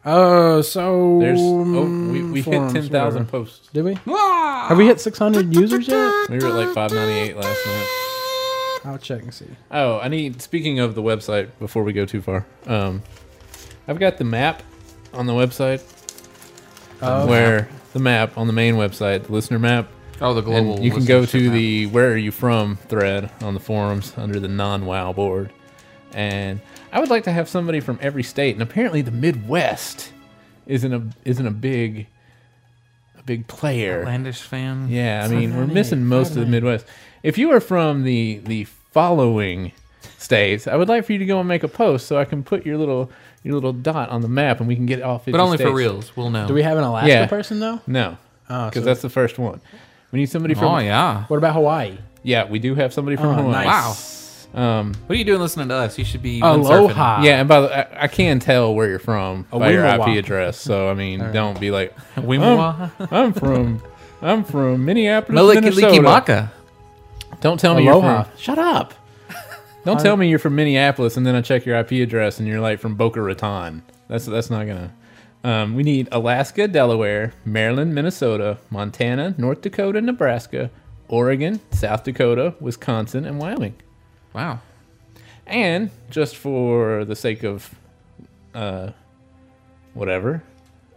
Speaker 2: Oh, so
Speaker 4: there's oh, we, we hit
Speaker 2: forums,
Speaker 4: ten thousand
Speaker 2: whatever.
Speaker 4: posts.
Speaker 2: Did we? Have we hit 600 users yet?
Speaker 4: We were at like five ninety eight last night.
Speaker 2: I'll check and see.
Speaker 4: Oh, I need. Speaking of the website, before we go too far, um, I've got the map on the website. where the map on the main website, the listener map,
Speaker 1: Oh, the global.
Speaker 4: and you can go
Speaker 1: listenership
Speaker 4: to
Speaker 1: map.
Speaker 4: the "Where are you from?" thread on the forums under the non-WoW board, and I would like to have somebody from every state. And apparently, the Midwest isn't a isn't a big a big player.
Speaker 1: Landish fan.
Speaker 4: Yeah, I mean, we're missing most of the Midwest. If you are from the the following states, I would like for you to go and make a post so I can put your little your little dot on the map and we can get all 50
Speaker 1: But only for
Speaker 4: states.
Speaker 1: reals. We'll know.
Speaker 2: Do we have an Alaska
Speaker 4: Yeah.
Speaker 2: person, though?
Speaker 4: No,
Speaker 2: Oh,
Speaker 4: because
Speaker 2: so-
Speaker 4: that's the first one. We need somebody from.
Speaker 1: oh, yeah.
Speaker 2: What about Hawaii?
Speaker 4: Yeah, we do have somebody from
Speaker 2: Oh,
Speaker 4: Hawaii.
Speaker 2: nice.
Speaker 1: Wow.
Speaker 4: Um,
Speaker 1: What are you doing listening to us? You should be windsurfing.
Speaker 2: Aloha.
Speaker 4: yeah, and by the I, I can tell where you're from by your
Speaker 2: Wimawa.
Speaker 4: IP address. So I mean, don't be like,
Speaker 1: Wimawa.
Speaker 4: I'm from, I'm from Minneapolis, Minnesota.
Speaker 1: Melikilikimaka.
Speaker 4: Don't
Speaker 1: Oh,
Speaker 4: tell me
Speaker 2: Aloha.
Speaker 4: you're from. Shut up. Don't tell me you're from Minneapolis, and then I check your IP address, and you're like from Boca Raton. That's that's not gonna. Um, we need Alaska, Delaware, Maryland, Minnesota, Montana, North Dakota, Nebraska, Oregon, South Dakota, Wisconsin, and Wyoming.
Speaker 1: Wow.
Speaker 4: And just for the sake of, uh, whatever,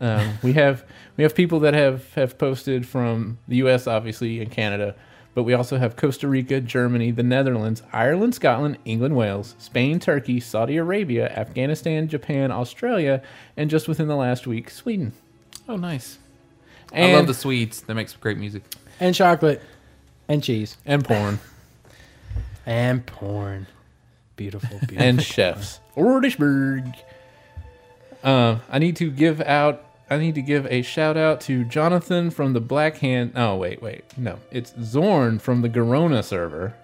Speaker 4: um, we have we have people that have have posted from the U.S. obviously and Canada, but we also have Costa Rica, Germany, the Netherlands, Ireland, Scotland, England, Wales, Spain, Turkey, Saudi Arabia, Afghanistan, Japan, Australia, and just within the last week, Sweden.
Speaker 1: Oh, nice.
Speaker 4: And,
Speaker 1: I love the Swedes. They make some great music.
Speaker 2: And chocolate. And cheese.
Speaker 4: and porn.
Speaker 2: And porn. Beautiful, beautiful.
Speaker 4: and chefs. Ordishberg. Um, I need to give out. I need to give a shout out to Jonathan from the Black Hand. Oh wait, wait, no, it's Zorn from the Garona server.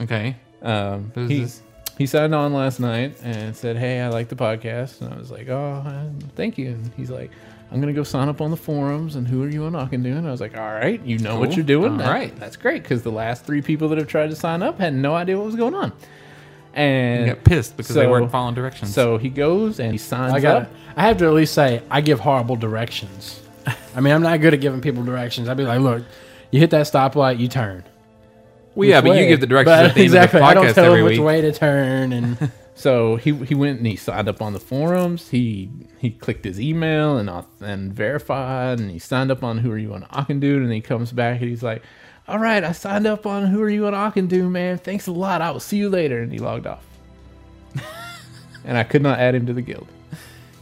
Speaker 1: Okay.
Speaker 4: Um,
Speaker 1: Who's
Speaker 4: he,
Speaker 1: this?
Speaker 4: he signed on last night and said, "Hey, I like the podcast." And I was like, "Oh, uh, thank you." And he's like, "I'm gonna go sign up on the forums." And who are you and I can do? And I was like, "All right, you know what
Speaker 1: Cool.
Speaker 4: you're doing.
Speaker 1: All
Speaker 4: That-
Speaker 1: right.
Speaker 4: that's great." Because the last three people that have tried to sign up had no idea what was going on, and
Speaker 1: I got pissed because they
Speaker 4: so-
Speaker 1: weren't following directions.
Speaker 4: So he goes and he signs
Speaker 2: I got.
Speaker 4: up.
Speaker 2: I have to at least say I give horrible directions. I mean, I'm not good at giving people directions. I'd be like, look, you hit that stoplight, you turn.
Speaker 1: well, yeah,
Speaker 2: Which
Speaker 1: but you
Speaker 2: way?
Speaker 1: give the directions
Speaker 2: But
Speaker 1: at the end
Speaker 2: exactly,
Speaker 1: of the
Speaker 2: I
Speaker 1: podcast
Speaker 2: don't tell
Speaker 1: every
Speaker 2: them
Speaker 1: week.
Speaker 2: which way to turn, and
Speaker 4: So he he went and he signed up on the forums. He he clicked his email and auth- and verified, and he signed up on Who Are You on Dude, and he comes back and he's like, "All right, I signed up on Who Are You on Dude, man. Thanks a lot. I will see you later." And he logged off. and I could not add him to the guild.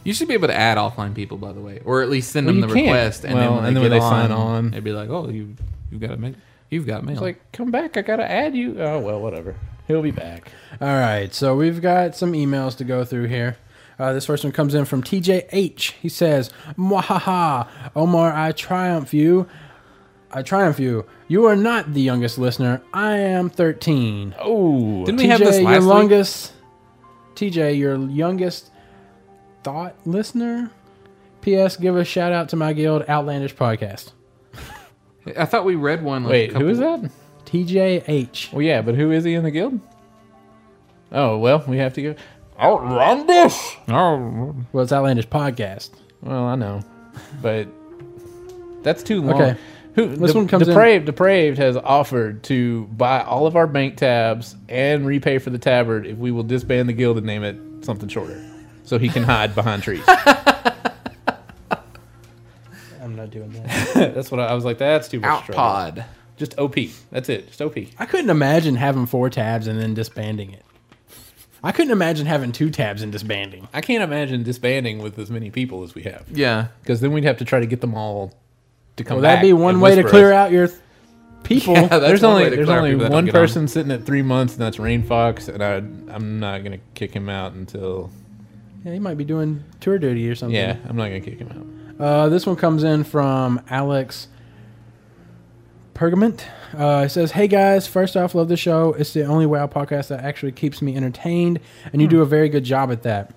Speaker 1: You should be able to add offline people, by the way, or at least send
Speaker 4: Well,
Speaker 1: them
Speaker 4: you
Speaker 1: the
Speaker 4: can.
Speaker 1: request, and
Speaker 4: Well,
Speaker 1: then when
Speaker 4: and
Speaker 1: they,
Speaker 4: then
Speaker 1: get
Speaker 4: when they
Speaker 1: on,
Speaker 4: sign on-
Speaker 1: they've be like, "Oh, you you've got to make you've got mail."
Speaker 4: He's like, "Come back. I gotta add you." Oh well, whatever. He'll be back.
Speaker 2: All right, so we've got some emails to go through here. Uh, this first one comes in from TJH. He says, Mwahaha, Omar, I triumph you. I triumph you. You are not the youngest listener. I am 13.
Speaker 4: Oh,
Speaker 1: didn't
Speaker 2: TJ,
Speaker 1: we have this
Speaker 2: your
Speaker 1: last week?
Speaker 2: longest. TJ, your youngest thought listener? P.S. Give a shout out to my guild, Outlandish Podcast.
Speaker 1: I thought we read one. Like, a
Speaker 4: wait, who
Speaker 1: couple-
Speaker 4: is that?
Speaker 2: TJH.
Speaker 4: Well, yeah, but who is he in the guild? Oh well, we have to go. Outlandish.
Speaker 1: Oh,
Speaker 2: Well, it's Outlandish Podcast.
Speaker 4: Well, I know, but that's too long.
Speaker 2: Okay.
Speaker 4: Who,
Speaker 2: This
Speaker 4: De-
Speaker 2: one comes in-
Speaker 4: depraved. Depraved has offered to buy all of our bank tabs and repay for the tabard if we will disband the guild and name it something shorter, so he can hide behind trees.
Speaker 2: I'm not doing that.
Speaker 4: that's what I, I was like. That's too much trouble.
Speaker 1: Outpod.
Speaker 4: Just op. That's it. Just op.
Speaker 2: I couldn't imagine having four tabs and then disbanding it. I couldn't imagine having two tabs and disbanding.
Speaker 4: I can't imagine disbanding with as many people as we have,
Speaker 1: Yeah,
Speaker 4: because then we'd have to try to get them all to come.
Speaker 2: Well, that'd
Speaker 4: back
Speaker 2: be one
Speaker 4: and
Speaker 2: way to
Speaker 4: whisper us.
Speaker 2: clear out your th- people.
Speaker 1: Yeah, that's
Speaker 4: there's
Speaker 1: one
Speaker 4: only
Speaker 1: way to
Speaker 4: there's
Speaker 1: clear
Speaker 4: only
Speaker 1: people that don't
Speaker 4: one
Speaker 1: get on.
Speaker 4: person sitting at three months, and that's Rain Fox, and I I'm not gonna kick him out until
Speaker 2: Yeah, he might be doing tour duty or something.
Speaker 4: yeah, I'm not gonna kick him out.
Speaker 2: Uh, this one comes in from Alex Pergament. Uh, it says, Hey guys, first off, love the show. It's the only WoW podcast that actually keeps me entertained, and you
Speaker 4: Hmm.
Speaker 2: do a very good job at that.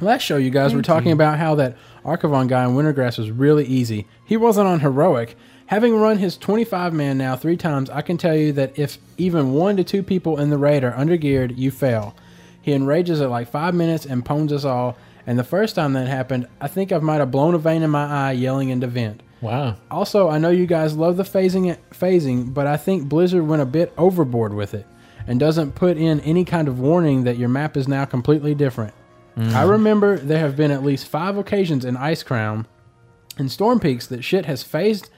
Speaker 2: Last show, you guys were talking about how that Archivon guy in Wintergrass was really easy. He wasn't on heroic. Having run his 25 man now three times, I can tell you that if even one to two people in the raid are undergeared, you fail. He enrages at like five minutes and pwns us all. And the first time that happened, I think I might have blown a vein in my eye yelling into vent.
Speaker 4: Wow,
Speaker 2: Also, I know you guys love the phasing, phasing, but I think Blizzard went a bit overboard with it and doesn't put in any kind of warning that your map is now completely different. I remember there have been at least five occasions in Ice Crown and Storm Peaks that shit has phased,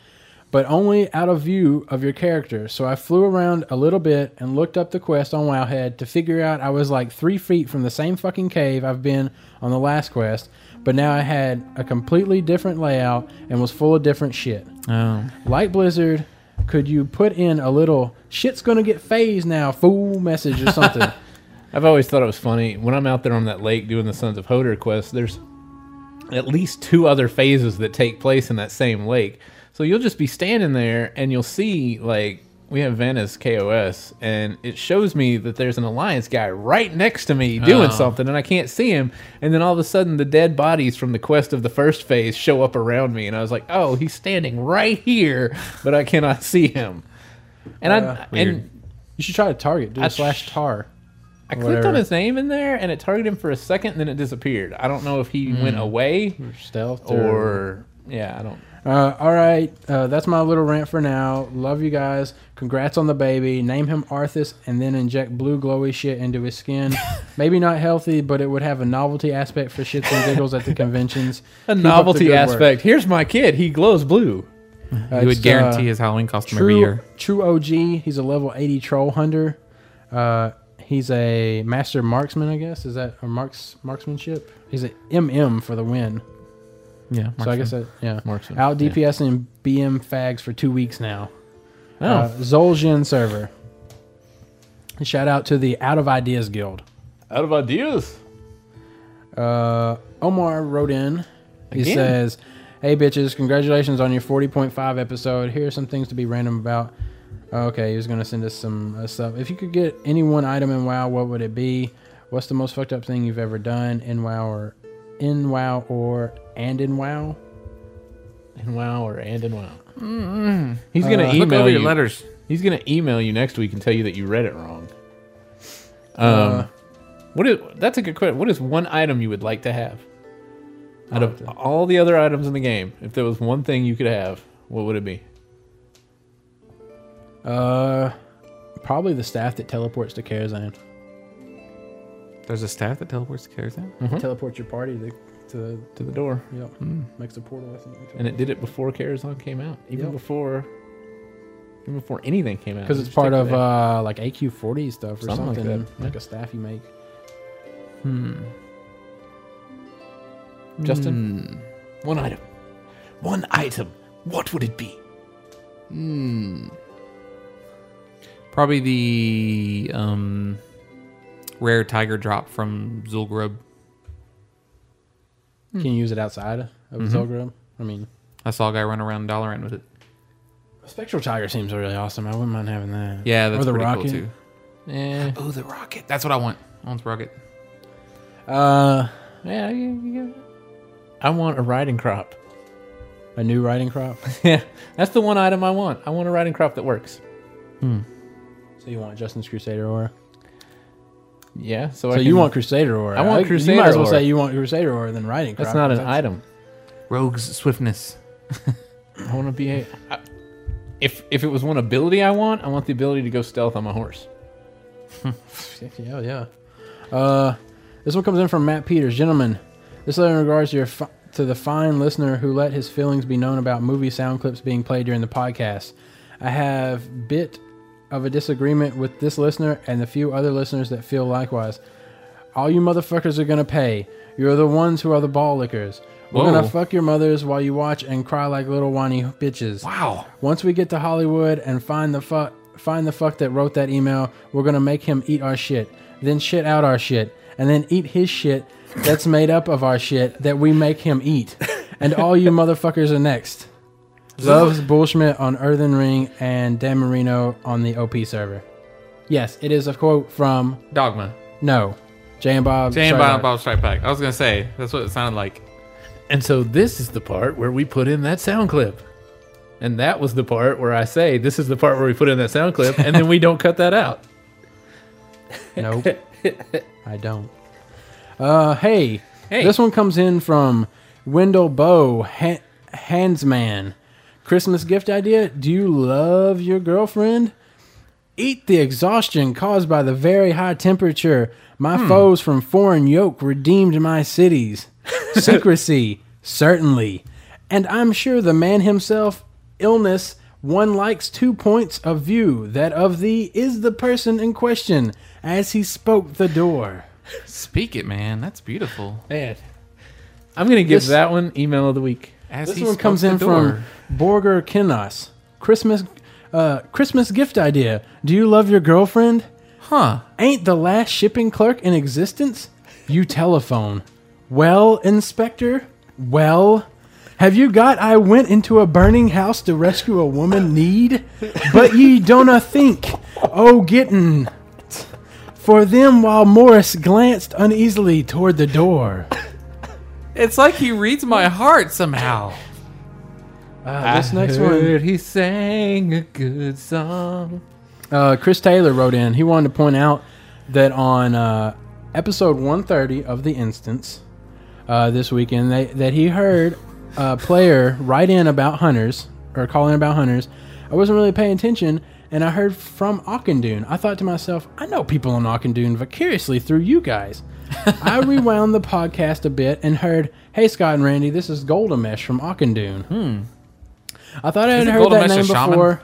Speaker 2: but only out of view of your character. So I flew around a little bit and looked up the quest on Wowhead to figure out I was like three feet from the same fucking cave I've been on the last quest, but now I had a completely different layout and was full of different shit. Like Blizzard, could you put in a little shit's gonna get phased now, fool message or something?
Speaker 4: I've always thought it was funny when I'm out there on that lake doing the Sons of Hodor quest. There's at least two other phases that take place in that same lake, so you'll just be standing there and you'll see like. We have Vanna's KOS, and it shows me that there's an Alliance guy right next to me doing
Speaker 1: Oh.
Speaker 4: something. something and I can't see him. And then all of a sudden, the dead bodies from the quest of the first phase show up around me, and I was like, "Oh, he's standing right here, but I cannot see him." And I
Speaker 1: Uh, weird.
Speaker 4: and
Speaker 2: you should try to target, do
Speaker 4: I
Speaker 2: a slash tar.
Speaker 4: I clicked on
Speaker 2: Whatever.
Speaker 4: his name in there, and it targeted him for a second, and then it disappeared. I don't know if he went away
Speaker 2: Stealth
Speaker 4: or yeah, I don't.
Speaker 2: Uh, all right, uh, that's my little rant for now. Love you guys. Congrats on the baby. Name him Arthas, and then inject blue glowy shit into his skin. Maybe not healthy, but it would have a novelty aspect for shits and giggles at the conventions.
Speaker 4: A
Speaker 2: Keep up the
Speaker 4: novelty
Speaker 2: good work.
Speaker 4: aspect. Here's my kid. He glows blue.
Speaker 2: Uh,
Speaker 1: you
Speaker 2: it's,
Speaker 1: would guarantee
Speaker 2: uh,
Speaker 1: his Halloween costume
Speaker 2: true,
Speaker 1: every year.
Speaker 2: True OG. He's a level eighty troll hunter. Uh, he's a master marksman, I guess. Is that or marks marksmanship? He's a MM for the win.
Speaker 1: Yeah,
Speaker 2: So I guess that yeah.
Speaker 4: Marksman,
Speaker 2: Out
Speaker 4: yeah.
Speaker 2: DPS and BM fags for two weeks now.
Speaker 4: Oh,
Speaker 2: Uh, Zoljian server. And Shout out to the Out of Ideas Guild.
Speaker 4: Out of ideas.
Speaker 2: Uh, Omar wrote in. He
Speaker 4: Again?
Speaker 2: says, "Hey bitches, congratulations on your 40.5 episode. Here are some things to be random about." Uh, Okay, he was gonna send us some uh, stuff. If you could get any one item in WoW, what would it be? What's the most fucked up thing you've ever done in WoW or in WoW or and in WoW?
Speaker 4: In WoW or and in WoW. Mm-hmm. Uh, He's gonna
Speaker 1: Look
Speaker 4: email
Speaker 1: over
Speaker 4: you.
Speaker 1: your letters.
Speaker 4: He's gonna email you next week and tell you that you read it wrong. Um, what is that's a good question. What is one item you would like to have out of all the other items in the game? If there was one thing you could have, what would it be?
Speaker 2: Uh, probably the staff that teleports to Karazhan.
Speaker 1: There's a staff that teleports to Karazhan.
Speaker 4: Mm-hmm.
Speaker 2: Teleports your party to, to
Speaker 4: To the door,
Speaker 2: yeah, makes a portal. I think
Speaker 4: and it did it before Karazhan came out, even
Speaker 2: Yep.
Speaker 4: before, even before anything came out.
Speaker 2: because
Speaker 4: It
Speaker 2: it's
Speaker 4: just
Speaker 2: part
Speaker 4: takes
Speaker 2: of
Speaker 4: that.
Speaker 2: uh, like AQ40 stuff or
Speaker 4: Something
Speaker 2: something,
Speaker 4: like
Speaker 2: like,
Speaker 4: that, yeah.
Speaker 2: a staff you make.
Speaker 4: Justin. One item, one item. What would it be?
Speaker 1: Probably the um, rare tiger drop from Zulgrub.
Speaker 2: Can you use it outside of Zolgrim? I mean,
Speaker 1: I saw a guy run around Dalaran with it.
Speaker 2: Spectral Tiger seems really awesome. I wouldn't mind having that.
Speaker 1: Yeah, that's
Speaker 2: or the
Speaker 1: pretty
Speaker 2: rocket.
Speaker 1: cool too.
Speaker 4: Yeah,
Speaker 1: Oh, the rocket. That's what I want. I want the rocket.
Speaker 2: Uh,
Speaker 4: yeah, you- you- I want a riding crop.
Speaker 2: a new riding crop.
Speaker 4: Yeah, that's the one item I want. I want a riding crop that works.
Speaker 2: so you want Justin's Crusader Aura?
Speaker 4: Yeah, so,
Speaker 2: So you want Crusader Aura?
Speaker 4: I want
Speaker 2: You might
Speaker 4: Crusader
Speaker 2: as well
Speaker 4: Aura.
Speaker 2: say you want Crusader Aura than riding crop.
Speaker 4: That's not an
Speaker 2: 'cause
Speaker 4: item.
Speaker 1: Rogue's swiftness.
Speaker 4: I want to be a. I, if if it was one ability I want, I want the ability to go stealth on my horse.
Speaker 2: that's- Yeah, yeah. Uh, this one comes in from Matt Peters, gentlemen. This letter in regards to your fi- to the fine listener who let his feelings be known about movie sound clips being played during the podcast. I have bit of a disagreement with this listener and the few other listeners that feel likewise. All you motherfuckers are gonna pay. You're the ones who are the ball lickers. We're
Speaker 1: Whoa.
Speaker 2: gonna fuck your mothers while you watch and cry like little whiny bitches.
Speaker 1: Wow.
Speaker 2: Once we get to Hollywood and find the fuck find the fuck that wrote that email, we're gonna make him eat our shit, then shit out our shit, and then eat his shit that's made up of our shit that we make him eat. And all you motherfuckers are next. Loves Bullschmidt on Earthen Ring and Dan Marino on the OP server. Yes, it is a quote from
Speaker 1: Dogma.
Speaker 2: No. Jay and Bob.
Speaker 1: Jam
Speaker 2: Strike
Speaker 1: Bob
Speaker 2: Out.
Speaker 1: Bob Strike Back. I was gonna say that's what it sounded like.
Speaker 4: And so this is the part where we put in that sound clip. And that was the part where I say this is the part where we put in that sound clip, and then we don't cut that out.
Speaker 2: Nope. I don't. Uh, hey.
Speaker 4: Hey.
Speaker 2: This one comes in from Wendell Bow, ha- Handsman. Christmas gift idea. Do you love your girlfriend? Eat the exhaustion caused by the very high temperature. My
Speaker 1: Hmm.
Speaker 2: foes from foreign yoke redeemed my cities. Secrecy, certainly. And I'm sure the man himself, illness, one likes two points of view. That of thee is the person in question as he spoke the door.
Speaker 1: Speak it, man. That's beautiful.
Speaker 4: Man, I'm gonna give
Speaker 2: This-
Speaker 4: that one email of the week.
Speaker 1: As
Speaker 2: This
Speaker 1: he
Speaker 2: one
Speaker 1: spoke
Speaker 2: comes
Speaker 1: the
Speaker 2: in
Speaker 1: door.
Speaker 2: from Borger Kinos. Christmas, uh, Christmas gift idea. Do you love your girlfriend?
Speaker 1: huh?
Speaker 2: Ain't the last shipping clerk in existence? You telephone. Well, Inspector? Well? Have you got I went into a burning house to rescue a woman need? But ye donna think, oh gettin. For them while Morris glanced uneasily toward the door.
Speaker 1: It's like he reads my heart somehow.
Speaker 2: Uh, this next one.
Speaker 4: Heard He sang a good song.
Speaker 2: uh, Chris Taylor wrote in. He wanted to point out that on uh, episode 130 of The Instance uh, this weekend, they, that he heard a player write in about hunters or call in about hunters. I wasn't really paying attention, and I heard from Auchindoon. I thought to myself, I know people in Auchindoon vicariously through you guys. I rewound the podcast a bit and heard, "Hey Scott and Randy, this is Golda Mesh from Auchindoon." Hmm. I thought I had
Speaker 1: Isn't
Speaker 2: heard
Speaker 1: Golda
Speaker 2: that
Speaker 1: Mesh a
Speaker 2: name
Speaker 1: shaman?
Speaker 2: before.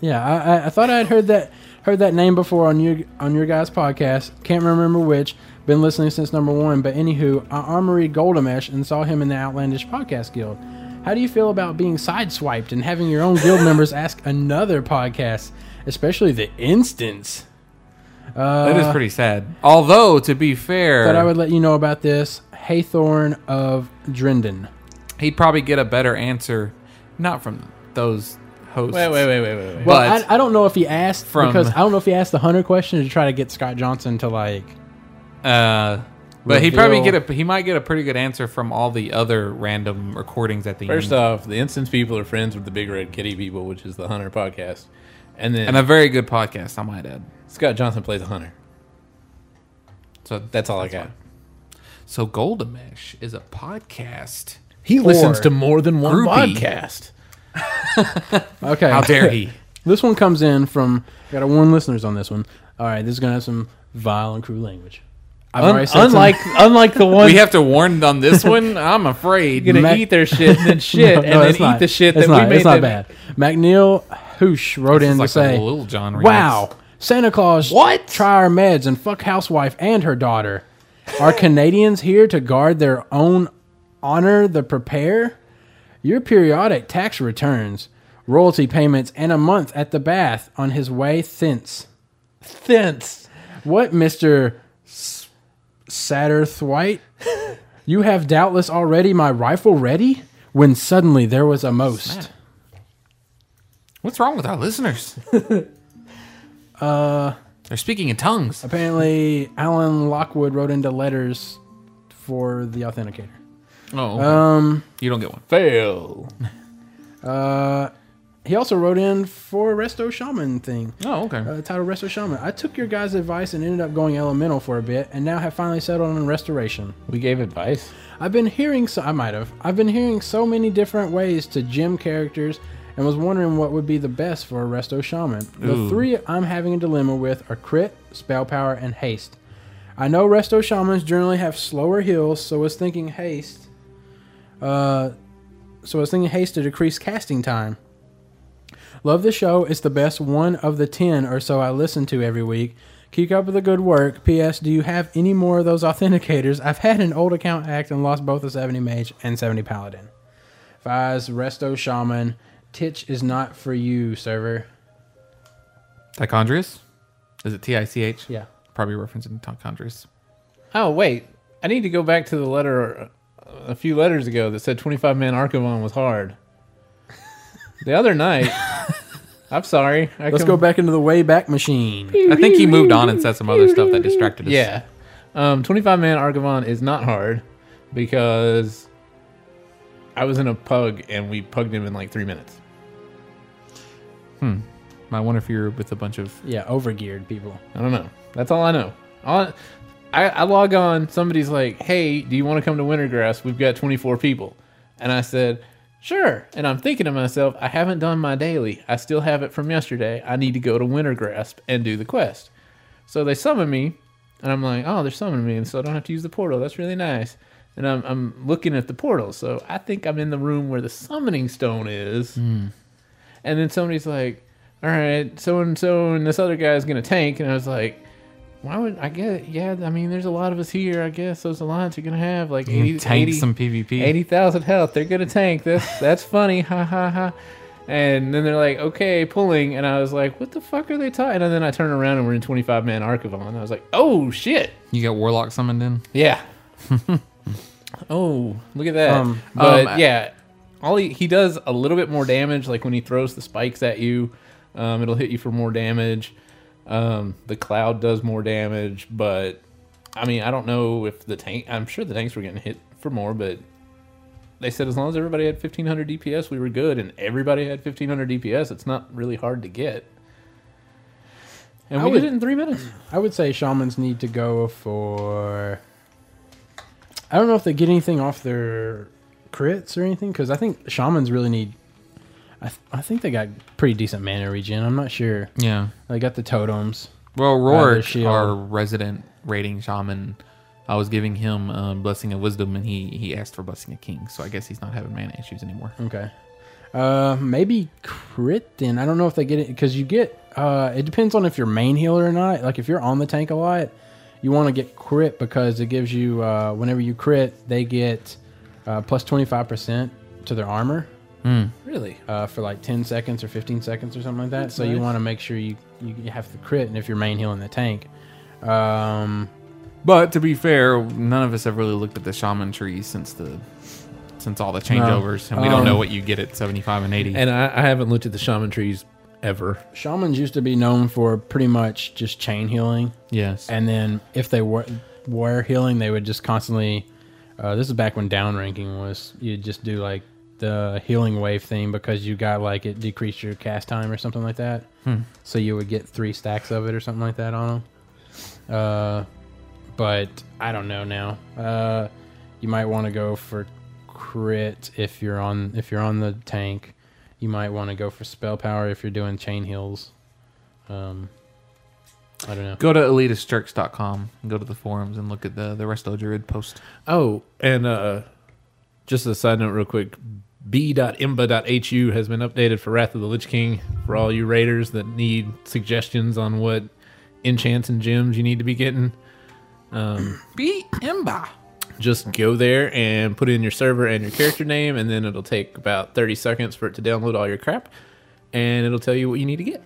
Speaker 2: Yeah, I, I, I thought I had heard that heard that name before on your on your guys' podcast. Can't remember which. Been listening since number one, but anywho, I armory Goldamesh and saw him in the Outlandish Podcast Guild. How do you feel about being sideswiped and having your own guild members ask another podcast, especially the instance? Uh,
Speaker 1: That is pretty sad. Although, to be fair,
Speaker 2: Thought I would let you know about this. Haythorn of Drendon.
Speaker 1: he'd probably get a better answer, not from those hosts.
Speaker 4: Wait, wait, wait, wait, wait. wait.
Speaker 2: Well,
Speaker 1: But-
Speaker 2: I, I don't know if he asked
Speaker 1: From-
Speaker 2: because I don't know if he asked the hunter question to try to get Scott Johnson to like.
Speaker 1: Uh, but he'd probably
Speaker 2: Reveal-
Speaker 1: get a he might get a pretty good answer from all the other random recordings at the
Speaker 4: First
Speaker 1: end,
Speaker 4: off, the instance people are friends with the Big Red Kitty people, which is the Hunter podcast, and then
Speaker 1: and a very good podcast, I might add.
Speaker 4: Scott Johnson plays a hunter.
Speaker 1: So
Speaker 4: That's all I got.
Speaker 1: so Goldamesh is a podcast.
Speaker 4: He
Speaker 2: listens to
Speaker 4: more than one
Speaker 1: Groupie.
Speaker 4: podcast.
Speaker 2: Okay.
Speaker 1: How dare he?
Speaker 2: This one comes in from. I gotta warn listeners on this one. All right, this is gonna have some vile and crude language. I've already said some-
Speaker 4: unlike unlike the one
Speaker 1: we have to warn on this one. I'm afraid.
Speaker 4: gonna
Speaker 2: Mac-
Speaker 4: eat their shit and then shit
Speaker 2: No,
Speaker 4: and
Speaker 2: no,
Speaker 4: then
Speaker 2: it's
Speaker 4: eat
Speaker 2: not.
Speaker 4: the shit
Speaker 2: It's
Speaker 4: that
Speaker 2: not,
Speaker 4: we made.
Speaker 2: It's not
Speaker 4: them-
Speaker 2: bad. McNeil Hoosh wrote in
Speaker 1: It's
Speaker 2: to
Speaker 1: like
Speaker 2: say,
Speaker 1: a Lil John. remix.
Speaker 2: "Wow, Santa Claus
Speaker 4: What?
Speaker 2: try our meds and fuck housewife and her daughter. Are Canadians here to guard their own honor? The prepare your periodic tax returns, royalty payments, and a month at the bath on his way thence."
Speaker 4: Fence.
Speaker 2: What, Mister Satterthwaite? you have doubtless already my rifle ready. When suddenly there was a most.
Speaker 1: What's wrong with our listeners? uh,
Speaker 4: Uh,
Speaker 1: they're speaking in tongues.
Speaker 2: Apparently, Alan Lockwood wrote into letters for the authenticator.
Speaker 1: Oh, um, you don't get one.
Speaker 4: Fail.
Speaker 2: He also wrote in for a Resto Shaman thing.
Speaker 1: Oh, okay.
Speaker 2: Uh, titled Resto Shaman. I took your guys' advice and ended up going elemental for a bit, and now have finally settled on restoration.
Speaker 4: We gave advice.
Speaker 2: I've been hearing so I might have. I've been hearing so many different ways to gym characters and was wondering what would be the best for a resto shaman. The three I'm having a dilemma with are crit, spell power, and haste. I know resto shamans generally have slower heals, so I was thinking haste. Uh so I was thinking haste to decrease casting time. Love the show. It's the best one of the 10 or so I listen to every week. Keep up with the good work. P.S. Do you have any more of those authenticators? I've had an old account act and lost both a 70 mage and 70 paladin. Fives, Resto Shaman. Titch is not for you, server.
Speaker 1: Tichondrius? Is it T I C H?
Speaker 2: Yeah.
Speaker 1: Probably referencing Tichondrius.
Speaker 4: Oh wait, I need to go back to the letter uh, a few letters ago that said 25 man Archivon was hard. The other night, I'm sorry. I
Speaker 2: Let's
Speaker 4: come-
Speaker 2: go back into the way back machine.
Speaker 1: I think he moved on and said some other stuff that distracted us.
Speaker 4: Yeah, um, 25 man Archivon is not hard because I was in a pug and we pugged him in like three minutes.
Speaker 1: I wonder if you're with a bunch of.
Speaker 2: Yeah, overgeared people.
Speaker 4: I don't know. That's all I know. All I, I log on. Somebody's like, "Hey, do you want to come to Wintergrass? We've got 24 people." And I said, "Sure." And I'm thinking to myself, "I haven't done my daily. I still have it from yesterday. I need to go to Wintergrass and do the quest." So they summon me, and I'm like, "Oh, they're summoning me, and so I don't have to use the portal. That's really nice." And I'm, I'm looking at the portal, so I think I'm in the room where the summoning stone is.
Speaker 1: Hmm.
Speaker 4: And then somebody's like, "All right, so and so and this other guy's gonna tank." And I was like, "Why would I get? Yeah, I mean, there's a lot of us here. I guess those alliance are gonna have like 80,
Speaker 1: Tank
Speaker 4: 80
Speaker 1: some PvP.
Speaker 4: eighty thousand health. They're gonna tank. That's that's funny. Ha ha ha." And then they're like, "Okay, pulling." And I was like, "What the fuck are they talking?" And then I turn around and we're in twenty-five man Archivon. I was like, "Oh shit,
Speaker 1: You got Warlock summoned in?
Speaker 4: yeah." oh, look at that.
Speaker 2: Um,
Speaker 4: but
Speaker 1: um,
Speaker 4: yeah, all he, he does a little bit more damage. Like when he throws the spikes at you, um, it'll hit you for more damage. Um, the cloud does more damage, but I mean, I don't know if the tank. I'm sure the tanks were getting hit for more, but they said as long as everybody had 1500 DPS, we were good, and everybody had 1500 DPS. It's not really hard to get. And
Speaker 2: I
Speaker 4: we
Speaker 2: would-
Speaker 4: did it in three minutes.
Speaker 2: I would say shamans need to go for. I don't know if they get anything off their crits or anything because I think shamans really need. I, th- I think they got pretty decent mana regen. I'm not sure.
Speaker 1: Yeah.
Speaker 2: They got the totems.
Speaker 1: Well,
Speaker 2: Rather
Speaker 1: Rourke,
Speaker 2: shield.
Speaker 1: our resident raiding shaman, I was giving him uh, Blessing of Wisdom, and he, he asked for Blessing of Kings, so I guess he's not having mana issues anymore.
Speaker 2: Okay. Uh, maybe crit then. I don't know if they get it because you get. Uh, it depends on if you're main healer or not. Like if you're on the tank a lot, you want to get crit because it gives you. Uh, whenever you crit, they get uh, plus twenty five percent to their armor.
Speaker 4: Really?
Speaker 2: uh, for like 10 seconds or 15 seconds or something like that. so you
Speaker 4: nice.
Speaker 2: want to make sure you, you have the crit, and if you're main healing the tank, Um,
Speaker 1: But to be fair, none of us have really looked at the shaman trees since the since all the changeovers, and we don't know what you get at seventy five Um, and eighty.
Speaker 4: And I, I haven't looked at the shaman trees ever.
Speaker 2: shamans used to be known for pretty much just chain healing.
Speaker 1: yes,
Speaker 2: And then if they were, were healing, they would just constantly. Uh, this is back when downranking was. You'd just do like the healing wave thing because you got like it decreased your cast time or something like that. So you would get three stacks of it or something like that on them. Uh, but I don't know now. Uh, you might want to go for crit if you're on if you're on the tank. You might want to go for spell power if you're doing chain heals. Um, I don't know.
Speaker 1: go to elitistchurch.com and go to the forums and look at the the resto druid post.
Speaker 4: Oh, and uh, just a side note, real quick. B.imba.hu has been updated for Wrath of the Lich King for all you raiders that need suggestions on what enchants and gems you need to be getting.
Speaker 1: Be imba.
Speaker 4: Just go there and put in your server and your character name, and then it'll take about 30 seconds for it to download all your crap, and it'll tell you what you need to get.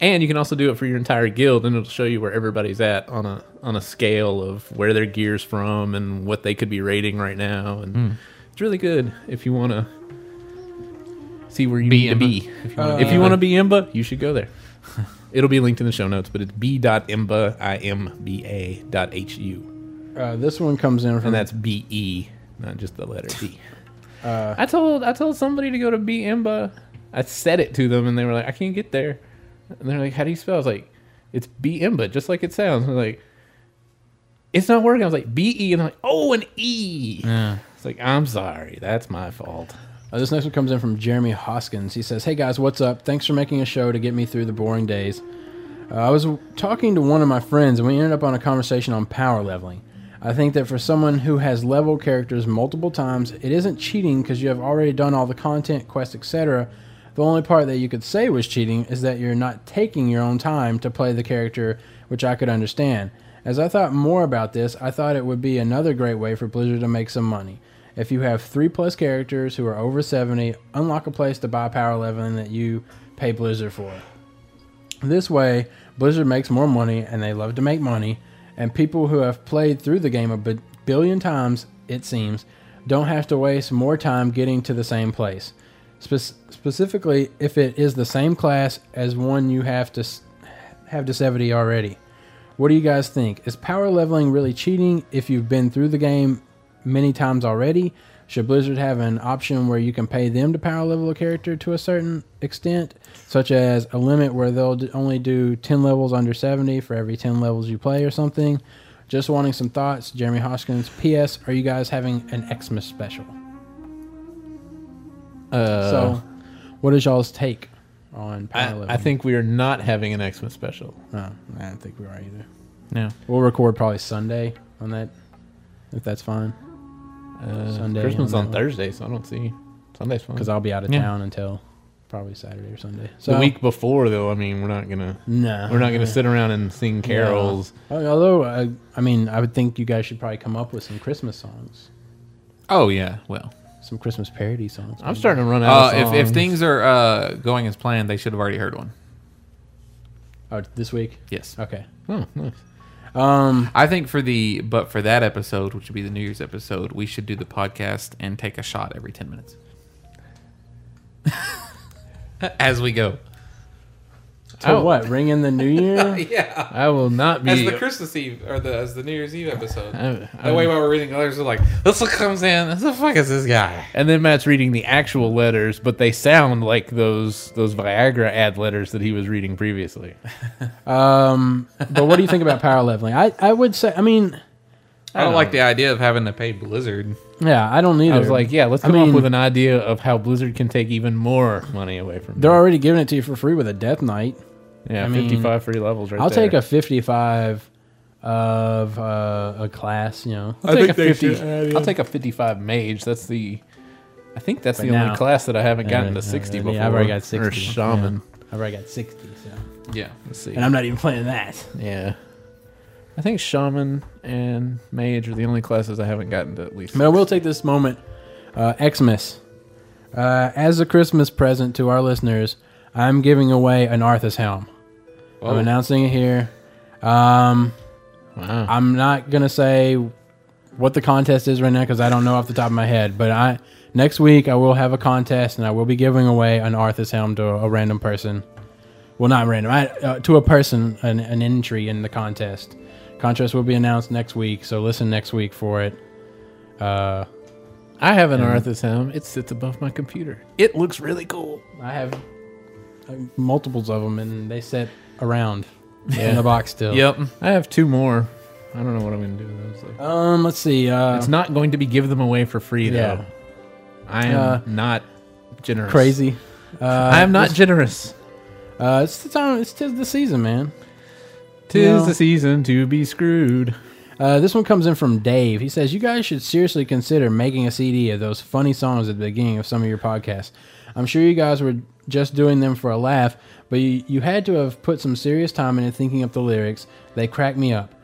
Speaker 4: And you can also do it for your entire guild, and it'll show you where everybody's at on a on a scale of where their gear's from and what they could be rating right now. And it's really good if you want to see where you need to be. If you wanna- If you want to be Imba, you should go there. It'll be linked in the show notes, but it's b.imba, I M B A dot H U.
Speaker 2: Uh, this one comes in from
Speaker 4: And that's B E, not just the letter B.
Speaker 2: Uh,
Speaker 4: I told I told somebody to go to B Imba. I said it to them, and they were like, "I can't get there." And they're like, "How do you spell?" I was like, "It's B Imba, just like it sounds." And they're like, "It's not working." I was like, "B E," and they're like, "Oh, an E." It's like, "I'm sorry, that's my fault."
Speaker 2: uh, this next one comes in from Jeremy Hoskins. He says, "Hey guys, what's up? Thanks for making a show to get me through the boring days. Uh, I was w- talking to one of my friends, and we ended up on a conversation on power leveling. I think that for someone who has leveled characters multiple times, it isn't cheating because you have already done all the content, quests, etc. The only part that you could say was cheating is that you're not taking your own time to play the character, which I could understand. As I thought more about this, I thought it would be another great way for Blizzard to make some money. If you have three plus characters who are over 70, unlock a place to buy power leveling that you pay Blizzard for. This way, Blizzard makes more money, and they love to make money. And people who have played through the game a b- billion times, it seems, don't have to waste more time getting to the same place. Spe- specifically, if it is the same class as one you have to s- have to 70 already. What do you guys think? Is power leveling really cheating if you've been through the game many times already? Should Blizzard have an option where you can pay them to power level a character to a certain extent, such as a limit where they'll d- only do 10 levels under 70 for every 10 levels you play or something? Just wanting some thoughts, Jeremy Hoskins. P.S. Are you guys having an Xmas special?
Speaker 4: Uh,
Speaker 2: so, what is y'all's take on power leveling?
Speaker 4: I, I think we are not having an Xmas special.
Speaker 2: No, I don't think we are either.
Speaker 1: No.
Speaker 2: We'll record probably Sunday on that, if that's fine.
Speaker 4: Uh,
Speaker 2: Sunday
Speaker 4: Christmas
Speaker 2: on
Speaker 4: on,
Speaker 2: that one.
Speaker 4: Thursday, so I don't see Sunday's fine.
Speaker 2: because I'll be out of
Speaker 1: Yeah.
Speaker 2: town until probably Saturday or Sunday. So Uh,
Speaker 4: the week before, though, I mean, we're not gonna
Speaker 2: no,
Speaker 4: we're not gonna sit around and sing carols.
Speaker 2: Uh, Although I, I mean, I would think you guys should probably come up with some Christmas songs,
Speaker 1: Oh yeah. Well,
Speaker 2: some Christmas parody songs.
Speaker 4: I'm starting to run
Speaker 1: uh,
Speaker 4: out. of
Speaker 1: if if
Speaker 4: songs.
Speaker 1: things are uh, going as planned, they should have already heard one.
Speaker 2: oh, this week.
Speaker 1: Yes.
Speaker 2: Okay.
Speaker 4: Oh, nice.
Speaker 2: Um.
Speaker 1: I think for the but for that episode, which would be the New Year's episode, we should do the podcast and take a shot every ten minutes as we go.
Speaker 2: To
Speaker 4: Oh.
Speaker 2: what? Ring in the new year.
Speaker 1: Yeah,
Speaker 4: I will not be.
Speaker 1: as the Christmas Eve or the as the New Year's Eve episode.
Speaker 4: I- I-
Speaker 1: the way while we're reading letters, are like this one comes in. Who the fuck is this guy?
Speaker 4: and then Matt's reading the actual letters, but they sound like those those Viagra ad letters that he was reading previously.
Speaker 2: Um. But what do you think about power leveling? I I would say. I mean,
Speaker 1: I don't like the idea of having to pay Blizzard.
Speaker 2: yeah. I don't either.
Speaker 4: I was like, yeah, let's
Speaker 2: I
Speaker 4: come
Speaker 2: mean-
Speaker 4: up with an idea of how Blizzard can take even more money away from.
Speaker 2: They're
Speaker 4: you.
Speaker 2: already giving it to you for free with a death knight.
Speaker 4: yeah,
Speaker 2: mean,
Speaker 4: 55 free levels right
Speaker 2: I'll
Speaker 4: there.
Speaker 2: take a 55 of uh, a class, you know.
Speaker 4: I'll take a
Speaker 2: they
Speaker 4: 50.
Speaker 2: should
Speaker 4: I'll take a 55 mage. That's the. I think that's the
Speaker 2: now-
Speaker 4: only class that Uh, I haven't gotten
Speaker 2: yeah,
Speaker 4: to 60
Speaker 2: yeah,
Speaker 4: before.
Speaker 2: I've already got
Speaker 4: Or
Speaker 2: 60, yeah.
Speaker 4: shaman.
Speaker 2: I've already got 60, so.
Speaker 1: Yeah,
Speaker 4: Let's see.
Speaker 2: And I'm not even playing that.
Speaker 4: Yeah. I think shaman and mage are the only classes I haven't gotten to at least.
Speaker 2: But I will take this moment, uh, Xmas. Uh, as a Christmas present to our listeners, I'm giving away an Arthas helm. I'm announcing it here. Um, I'm not gonna say what the contest is right now because I don't know off the top of my head. But I next week I will have a contest and I will be giving away an Arthur's helm to a, random person. Well, not random, I, uh, to a person an, an entry in the contest. Contest will be announced next week, so listen next week for it. Uh,
Speaker 4: I have an Arthas helm. It sits above my computer. It looks really cool.
Speaker 2: I have uh, multiples of them, and they sit around in the box still.
Speaker 1: Yep.
Speaker 4: Oh. I have two more. I don't know what I'm going to do with those. Though. Oh.
Speaker 2: Um, let's see. Uh,
Speaker 4: It's not going to be give them away for free though.
Speaker 2: Yeah.
Speaker 4: I am
Speaker 2: Uh,
Speaker 4: not generous.
Speaker 2: crazy. Uh,
Speaker 4: I am not generous.
Speaker 2: Uh, it's the time. It's tis the season, man.
Speaker 4: Tis
Speaker 2: No.
Speaker 4: the season to be screwed.
Speaker 2: Uh, this one comes in from Dave. He says, You guys should seriously consider making a CD of those funny songs at the beginning of some of your podcasts. I'm sure you guys were just doing them for a laugh, but you, you had to have put some serious time into thinking up the lyrics. They crack me up.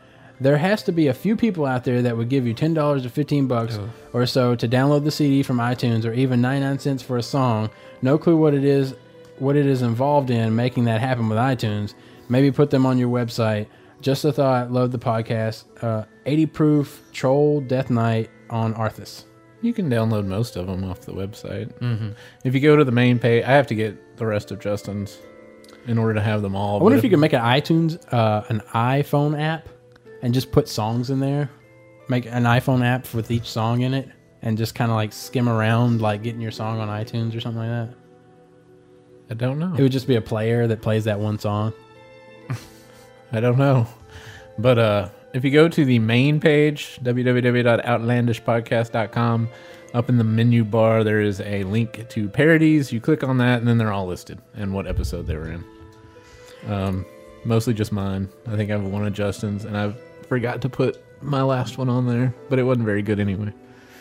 Speaker 2: There has to be a few people out there that would give you $10 or 15 bucks or so to download the CD from iTunes or even 99 cents for a song. No clue what it is what it is involved in making that happen with iTunes. Maybe put them on your website. Just a thought. Love the podcast. Uh, 80 proof troll death knight on Arthas.
Speaker 4: You can download most of them off the website. Mm-hmm. If you go to the main page, I have to get the rest of Justin's in order to have them all.
Speaker 2: I wonder if you could make an iTunes, uh, an iPhone app, and just put songs in there. Make an iPhone app with each song in it, and just kind of like skim around, like getting your song on iTunes or something like that.
Speaker 4: I don't know.
Speaker 2: It would just be a player that plays that one song.
Speaker 4: I don't know. But uh, if you go to the main page, www.outlandishpodcast.com, up in the menu bar, there is a link to parodies. You click on that, and then they're all listed and what episode they were in. Um, mostly just mine. I think I have one of Justin's, and I forgot to put my last one on there, but it wasn't very good anyway.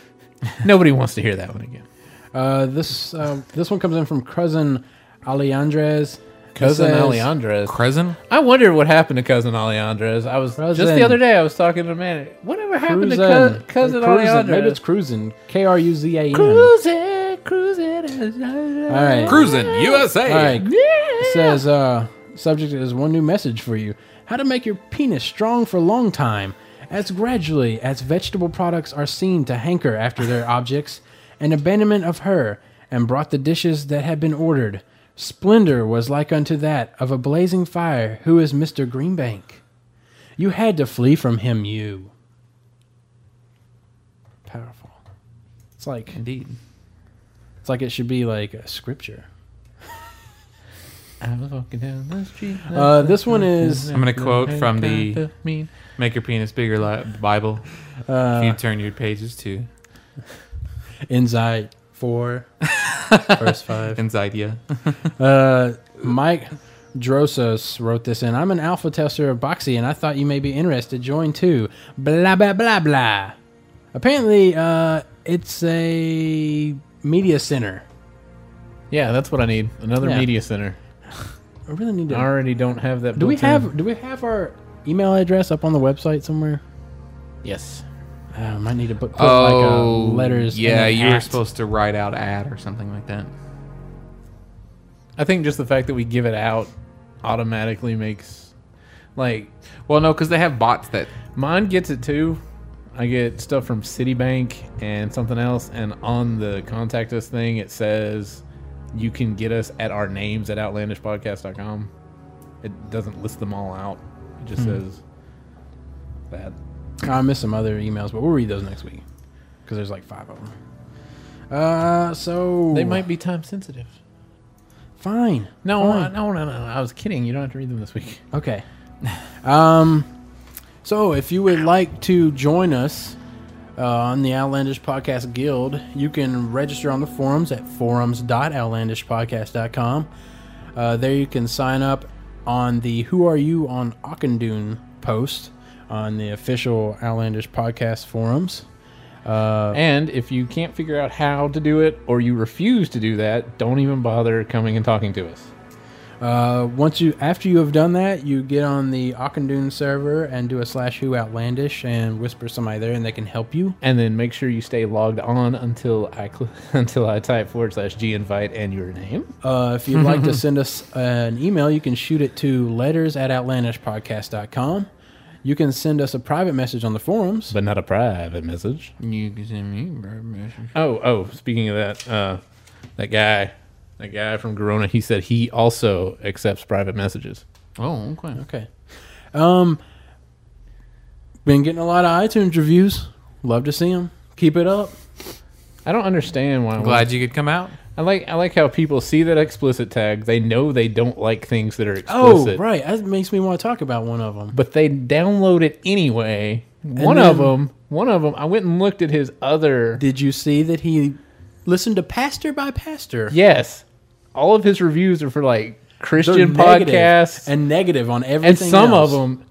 Speaker 4: Nobody wants to hear that one again.
Speaker 2: Uh, this uh, this one comes in from cousin Alejandres.
Speaker 4: Cousin
Speaker 2: Says-
Speaker 4: Alejandres.
Speaker 1: Crescent?
Speaker 4: I wonder what happened to cousin Alejandres. I was just
Speaker 2: Cousin.
Speaker 4: the other day. I was talking to a man. Whatever happened
Speaker 2: Cruisin'.
Speaker 4: to cou-
Speaker 2: Cruisin'.
Speaker 4: cousin Alejandres?
Speaker 2: Maybe it's cruising. K R U Z A N. All
Speaker 4: cruising, cruising. All
Speaker 2: right.
Speaker 1: Cruising USA.
Speaker 2: All right. It says, uh, subject is one new message for you. How to make your penis strong for long time, as gradually as vegetable products are seen to hanker after their objects, and abandonment of her, and brought the dishes that had been ordered. Splendor was like unto that of a blazing fire. Who is Mister Greenbank? You had to flee from him, you. Powerful. It's like
Speaker 1: Indeed.
Speaker 2: it's like it should be like a scripture.
Speaker 4: I was walking down the street.
Speaker 2: Uh, this one is
Speaker 1: I'm going to quote from the
Speaker 4: mean.
Speaker 1: Make Your Penis Bigger li- Bible. if you turn your pages to
Speaker 2: Insight four, verse five.
Speaker 1: Inside Ya.
Speaker 2: Uh, Mike Drosos wrote this in. I'm an alpha tester of Boxy, and I thought you may be interested. Join too. Blah blah blah blah. Apparently, uh, it's a media center.
Speaker 4: Yeah, that's what I need. Another
Speaker 2: Yeah.
Speaker 4: media center.
Speaker 2: I really need
Speaker 4: I
Speaker 2: to.
Speaker 4: already don't have that.
Speaker 2: do we
Speaker 4: built in.
Speaker 2: have Do we have our email address up on the website somewhere?
Speaker 4: Yes.
Speaker 2: Uh, might need to put, put
Speaker 1: Oh,
Speaker 2: like uh, letters. and
Speaker 1: Yeah,
Speaker 2: an
Speaker 1: you were
Speaker 2: at.
Speaker 1: supposed to write out ad or something like that.
Speaker 4: I think just the fact that we give it out automatically makes, like,
Speaker 1: Well, no, because they have bots that.
Speaker 4: Mine gets it too. I get stuff from Citibank and something else, and on the contact us thing, it says you can get us at our names at outlandishpodcast.com. It doesn't list them all out, it just says that.
Speaker 2: I missed some other emails, but we'll read those next week because there's like five of them. Uh, so
Speaker 4: They might be time sensitive.
Speaker 2: fine.
Speaker 4: No,
Speaker 2: fine.
Speaker 4: I- no, no, no, no. I was kidding. You don't have to read them this week.
Speaker 2: Okay. Um, so if you would like to join us uh, on the Outlandish Podcast Guild, you can register on the forums at forums.outlandishpodcast.com. Uh, there you can sign up on the Who Are You on Ockendune post on the official Outlandish Podcast forums.
Speaker 4: And if you can't figure out how to do it or you refuse to do that, don't even bother coming and talking to us.
Speaker 2: Uh, once you after you have done that, you get on the Ockendune server and do a slash who outlandish and whisper somebody there, and they can help you.
Speaker 4: and then make sure you stay logged on until I cl- until I type forward slash g invite and your name.
Speaker 2: Uh, if you'd like to send us an email, you can shoot it to letters at outlandishpodcast.com. You can send us a private message on the forums.
Speaker 4: but not a private message.
Speaker 1: You can send me bird message.
Speaker 4: Oh, oh, speaking of that, uh, that guy, that guy from Corona, he said he also accepts private messages.
Speaker 1: Oh, okay.
Speaker 2: Okay. Um, been getting a lot of iTunes reviews. Love to see them. Keep it up.
Speaker 4: I don't understand why.
Speaker 1: Glad you could come out.
Speaker 4: I like I like how people see that explicit tag. They know they don't like things that are
Speaker 2: Oh,
Speaker 4: explicit,
Speaker 2: right. That makes me want to talk about one of them.
Speaker 4: but they download it anyway. one of them, one of them. I went and looked at his other.
Speaker 2: Did you see that he listened to Pastor by Pastor?
Speaker 4: yes, all of his reviews are for like
Speaker 2: They're
Speaker 4: Christian
Speaker 2: negative
Speaker 4: podcasts,
Speaker 2: and negative on everything.
Speaker 4: and some
Speaker 2: else.
Speaker 4: of them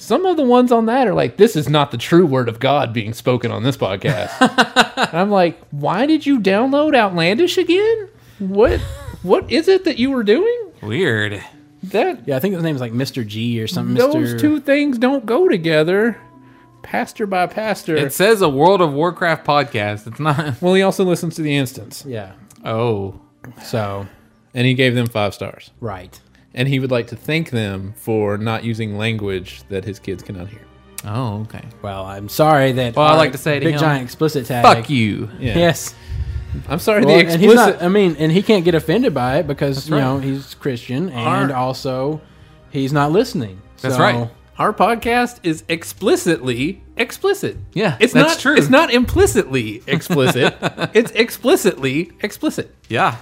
Speaker 4: some of the ones on that are like this is not the true word of god being spoken on this podcast and i'm like why did you download outlandish again what what is it that you were doing
Speaker 1: Weird.
Speaker 4: that
Speaker 2: Yeah, I think his name's like Mr. G or something. Mr.
Speaker 4: those two things don't go together pastor by pastor
Speaker 1: It says a World of Warcraft podcast. It's not.
Speaker 4: well he also listens to the instance
Speaker 2: Yeah.
Speaker 1: Oh,
Speaker 2: So
Speaker 4: and he gave them five stars
Speaker 2: right.
Speaker 4: and he would like to thank them for not using language that his kids cannot hear
Speaker 1: oh, okay.
Speaker 2: Well, I'm sorry that.
Speaker 1: Well, I'd
Speaker 2: our
Speaker 1: like to say to
Speaker 2: big
Speaker 1: him,
Speaker 2: giant explicit tag.
Speaker 1: Fuck you.
Speaker 4: yeah
Speaker 2: Yes.
Speaker 4: i'm sorry
Speaker 2: Well,
Speaker 4: the
Speaker 2: and he's
Speaker 4: explicit
Speaker 2: not. I mean, and he can't get offended by it because you know he's Christian and
Speaker 4: Our-
Speaker 2: also he's not listening.
Speaker 1: That's
Speaker 2: So,
Speaker 1: right.
Speaker 4: our podcast is explicitly explicit.
Speaker 1: Yeah,
Speaker 4: it's
Speaker 1: that's
Speaker 4: not
Speaker 1: true.
Speaker 4: It's not implicitly explicit. it's explicitly explicit.
Speaker 1: Yeah.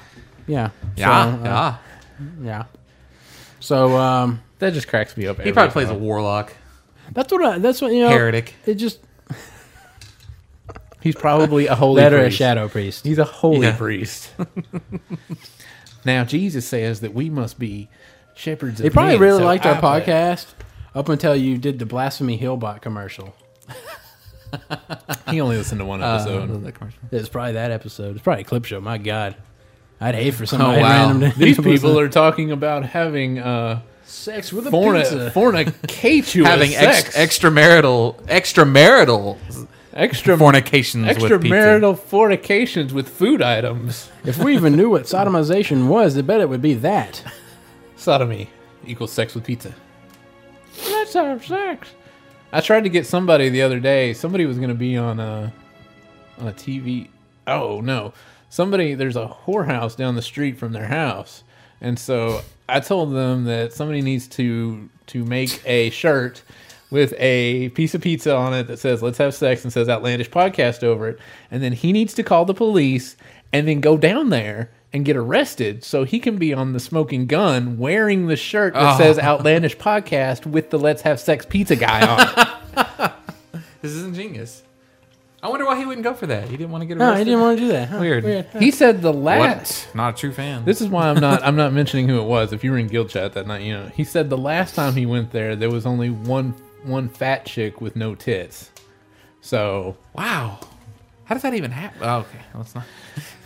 Speaker 2: Yeah.
Speaker 1: Yeah.
Speaker 2: So, uh,
Speaker 1: yeah.
Speaker 2: yeah. So um,
Speaker 4: That just cracks me up.
Speaker 1: He probably plays a warlock,
Speaker 2: that's what I, that's what you know.
Speaker 1: heretic.
Speaker 2: It just
Speaker 4: He's probably a holy
Speaker 2: that or a
Speaker 4: priest.
Speaker 2: shadow priest.
Speaker 4: He's a holy
Speaker 1: Yeah.
Speaker 4: priest. now Jesus says that we must be shepherds.
Speaker 2: They probably really liked our podcast up until you did the blasphemy Hillbot commercial.
Speaker 4: He only listened to one episode.
Speaker 2: It's probably that episode. It's probably a clip show. My God, I'd hate for somebody
Speaker 1: Oh, wow.
Speaker 2: random to
Speaker 4: These people are talking about having uh,
Speaker 2: sex with a
Speaker 4: forni- fornicatuous
Speaker 1: Having ex-
Speaker 4: sex,
Speaker 1: extramarital, extramarital
Speaker 4: extra
Speaker 1: fornications with pizza.
Speaker 4: extramarital fornications with food items.
Speaker 2: if we even knew what sodomization was, I bet it would be that.
Speaker 4: Sodomy equals sex with pizza. Let's have sex. I tried to get somebody the other day. Somebody was going to be on a on a TV. Oh no! Somebody there's a whorehouse down the street from their house, and so I told them that somebody needs to to make a shirt with a piece of pizza on it that says "Let's have sex" and says "Outlandish podcast" over it, and then he needs to call the police and then go down there and get arrested so he can be on the smoking gun wearing the shirt that
Speaker 1: Oh.
Speaker 4: says "Outlandish podcast" with the "Let's have sex" pizza guy on it.
Speaker 1: This is ingenious. I wonder why he wouldn't go for that. He didn't want to get
Speaker 2: No,
Speaker 1: arrested.
Speaker 2: he didn't want to do that. Huh?
Speaker 1: Weird.
Speaker 4: He said the last.
Speaker 1: What? Not a true fan.
Speaker 4: This is why I'm not. I'm not mentioning who it was. If you were in guild chat that night, you know. He said the last time he went there, there was only one one fat chick with no tits. So
Speaker 1: wow. How does that even happen? Oh, okay, let's not.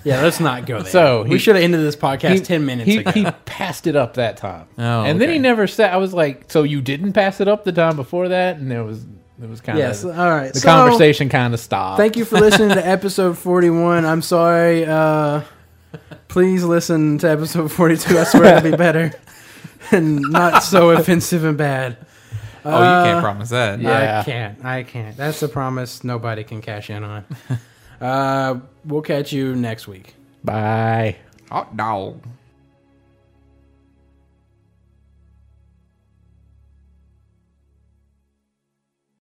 Speaker 2: Yeah, let's not go there.
Speaker 4: So,
Speaker 2: we
Speaker 4: he-
Speaker 2: should have ended this podcast
Speaker 4: he,
Speaker 2: ten minutes
Speaker 4: he,
Speaker 2: ago.
Speaker 4: he passed it up that time.
Speaker 1: Oh,
Speaker 4: and then he
Speaker 1: okay.
Speaker 4: never said. I was like, so you didn't pass it up the time before that, and there was it was kind of
Speaker 2: yes. All right.
Speaker 4: the
Speaker 2: So,
Speaker 4: conversation kind of stopped.
Speaker 2: Thank you for listening to episode forty-one. I'm sorry. Uh, please listen to episode forty-two. I swear it'll be better and not so offensive and bad.
Speaker 1: Oh, you can't promise that.
Speaker 4: Yeah.
Speaker 2: I can't. I can't. That's a promise nobody can cash in on. uh, we'll catch you next week.
Speaker 4: Bye.
Speaker 1: Hot dog.